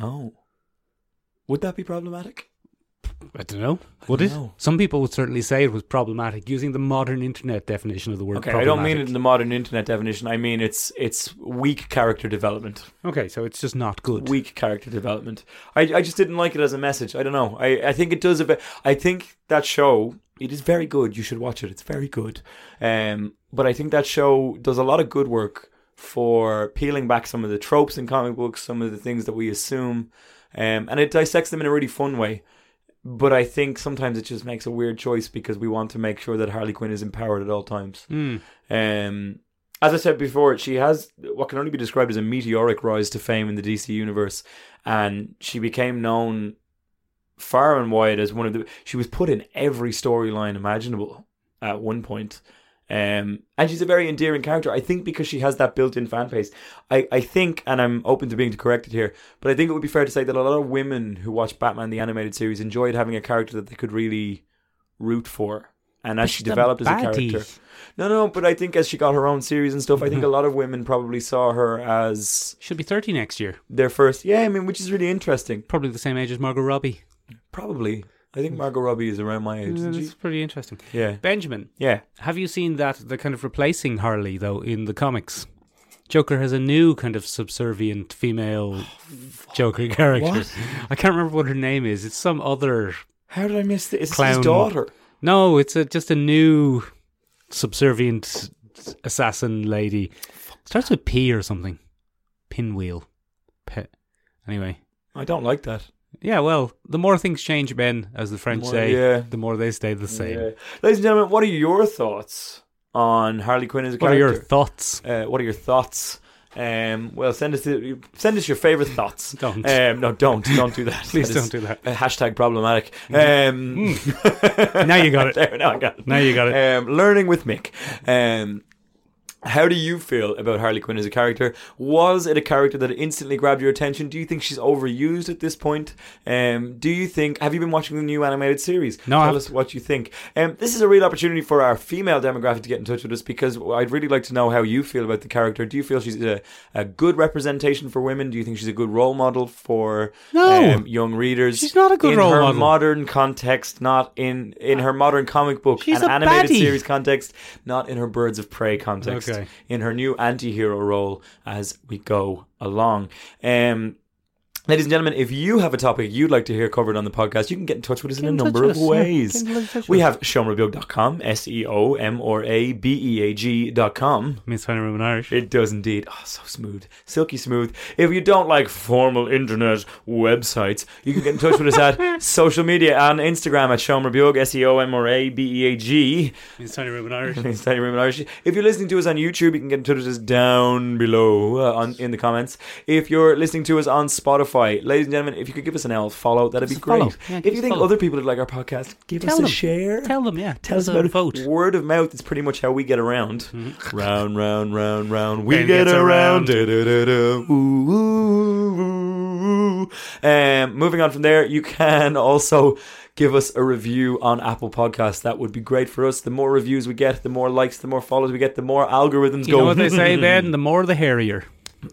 Speaker 3: Oh, would that be problematic?
Speaker 2: I don't know. Would
Speaker 3: don't
Speaker 2: it?
Speaker 3: know.
Speaker 2: Some people would certainly say it was problematic using the modern internet definition of the word.
Speaker 3: Okay, I
Speaker 2: problematic.
Speaker 3: don't mean it in the modern internet definition. I mean it's it's weak character development.
Speaker 2: Okay, so it's just not good.
Speaker 3: Weak character development. I, I just didn't like it as a message. I don't know. I, I think it does a bit. I think that show it is very good. You should watch it. It's very good. Um, but I think that show does a lot of good work for peeling back some of the tropes in comic books, some of the things that we assume, um, and it dissects them in a really fun way. But I think sometimes it just makes a weird choice because we want to make sure that Harley Quinn is empowered at all times.
Speaker 2: Hmm.
Speaker 3: Um, as I said before, she has what can only be described as a meteoric rise to fame in the DC universe, and she became known far and wide as one of the. She was put in every storyline imaginable at one point. Um, and she's a very endearing character, I think, because she has that built-in fan base. I, I think, and I'm open to being corrected here, but I think it would be fair to say that a lot of women who watch Batman the animated series enjoyed having a character that they could really root for. And as she
Speaker 2: She's a
Speaker 3: developed as a
Speaker 2: baddie.
Speaker 3: character, no, no, but I think as she got her own series and stuff, I think a lot of women probably saw her as
Speaker 2: She'll be thirty next year.
Speaker 3: their first. Yeah, I mean, which is really interesting.
Speaker 2: Probably the same age as Margot Robbie.
Speaker 3: Probably. I think Margot Robbie is around my age, isn't she?
Speaker 2: That's pretty interesting.
Speaker 3: Yeah.
Speaker 2: Benjamin,
Speaker 3: Yeah.
Speaker 2: Have you seen that they're kind of replacing Harley though in the comics? Joker has a new kind of subservient female Joker character.
Speaker 3: Oh, What?
Speaker 2: I can't remember what her name is. It's some other.
Speaker 3: How did I miss this? It's his
Speaker 2: Clown.
Speaker 3: daughter.
Speaker 2: No, it's a, just a new subservient assassin lady. Starts with P or something. Pinwheel. Pe- anyway.
Speaker 3: I don't like that.
Speaker 2: Yeah, well, the more things change, Ben, as the French
Speaker 3: More-
Speaker 2: say,
Speaker 3: yeah.
Speaker 2: the more they stay the same.
Speaker 3: Yeah. Ladies and gentlemen, what are your thoughts on Harley Quinn as a
Speaker 2: What are
Speaker 3: character?
Speaker 2: your thoughts?
Speaker 3: uh, what are your thoughts? Um, well, send us the, send us your favorite thoughts.
Speaker 2: Don't.
Speaker 3: Um, no, don't don't do that.
Speaker 2: Please
Speaker 3: That
Speaker 2: don't
Speaker 3: is,
Speaker 2: do that. Hmm.
Speaker 3: uh, hashtag problematic. Um,
Speaker 2: Now you got it.
Speaker 3: There, now I got it.
Speaker 2: Now you got it.
Speaker 3: Um, learning with Mick. Um, how do you feel about Harley Quinn as a character? Was it a character that instantly grabbed your attention? Do you think she's overused at this point? Um, do you think? Have you been watching the new animated series?
Speaker 2: No, I
Speaker 3: Tell
Speaker 2: haven't.
Speaker 3: us what you think. Um, this is a real opportunity for our female demographic to get in touch with us because I'd really like to know how you feel about the character. Do you feel she's a, a good representation for women? Do you think she's a good role model for
Speaker 2: No.
Speaker 3: um, young readers?
Speaker 2: She's not a good
Speaker 3: in
Speaker 2: role
Speaker 3: her
Speaker 2: model.
Speaker 3: modern context, not in in her modern comic book
Speaker 2: She's
Speaker 3: and
Speaker 2: a
Speaker 3: animated
Speaker 2: baddie.
Speaker 3: series context, not in her Birds of Prey context,
Speaker 2: Okay.
Speaker 3: in her new anti-hero role as we go along. Um, Ladies and gentlemen, if you have a topic you'd like to hear covered on the podcast, you can get in touch with us in a
Speaker 2: in touch
Speaker 3: number
Speaker 2: with
Speaker 3: of
Speaker 2: us, yeah.
Speaker 3: ways.
Speaker 2: Get in touch with
Speaker 3: we
Speaker 2: us.
Speaker 3: have seomrabeag.com, S E O M R A B E A G dot com.
Speaker 2: Miss Funny Room in Irish.
Speaker 3: It does indeed. Oh, so smooth. Silky smooth. If you don't like formal internet websites, you can get in touch with us at social media on Instagram at Sean Rabiog, S E O M R A B E A G.
Speaker 2: Miss Funny Room in Irish.
Speaker 3: It's Tiny Room in Irish. If you're listening to us on YouTube, you can get in touch with us down below uh, on, in the comments. If you're listening to us on Spotify, ladies and gentlemen, if you could give us an L follow, that'd be
Speaker 2: a follow.
Speaker 3: great.
Speaker 2: Yeah, give us
Speaker 3: if you
Speaker 2: a
Speaker 3: think
Speaker 2: follow.
Speaker 3: other people would like our podcast, give
Speaker 2: Tell
Speaker 3: us a
Speaker 2: them.
Speaker 3: share.
Speaker 2: Tell them, yeah.
Speaker 3: Tell us
Speaker 2: a
Speaker 3: about it.
Speaker 2: vote.
Speaker 3: Word of mouth is pretty much how we get around. Round, round, round, round. We
Speaker 2: Ben Mm-hmm.
Speaker 3: get
Speaker 2: gets
Speaker 3: around.
Speaker 2: around.
Speaker 3: Da-da-da-da. Ooh, ooh, ooh, ooh. Um, moving on from there, you can also give us a review on Apple Podcasts. That would be great for us. The more reviews we get, the more likes, the more followers we get, the more algorithms
Speaker 2: You
Speaker 3: go.
Speaker 2: know what they say, Ben? The more the hairier.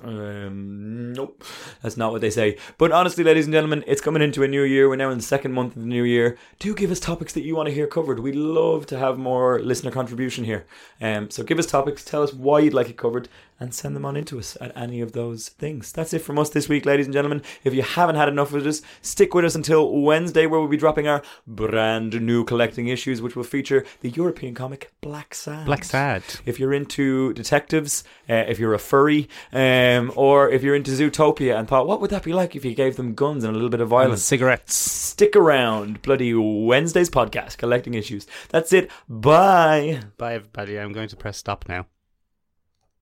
Speaker 3: Um, nope, that's not what they say. But honestly, ladies and gentlemen, it's coming into a new year. We're now in the second month of the new year. Do give us topics that you want to hear covered. We'd love to have more listener contribution here. Um, so give us topics, tell us why you'd like it covered, and send them on into us at any of those things. That's it from us this week, ladies and gentlemen. If you haven't had enough of us, stick with us until Wednesday, where we'll be dropping our brand new collecting issues, which will feature the European comic Black Sand
Speaker 2: Black sad.
Speaker 3: if you're into detectives, uh, if you're a furry, um, or if you're into Zootopia and thought, what would that be like if you gave them guns and a little bit of violence?
Speaker 2: Cigarettes.
Speaker 3: Stick around, bloody Wednesday's podcast, collecting issues. That's it. Bye.
Speaker 2: Bye, everybody. I'm going to press stop now.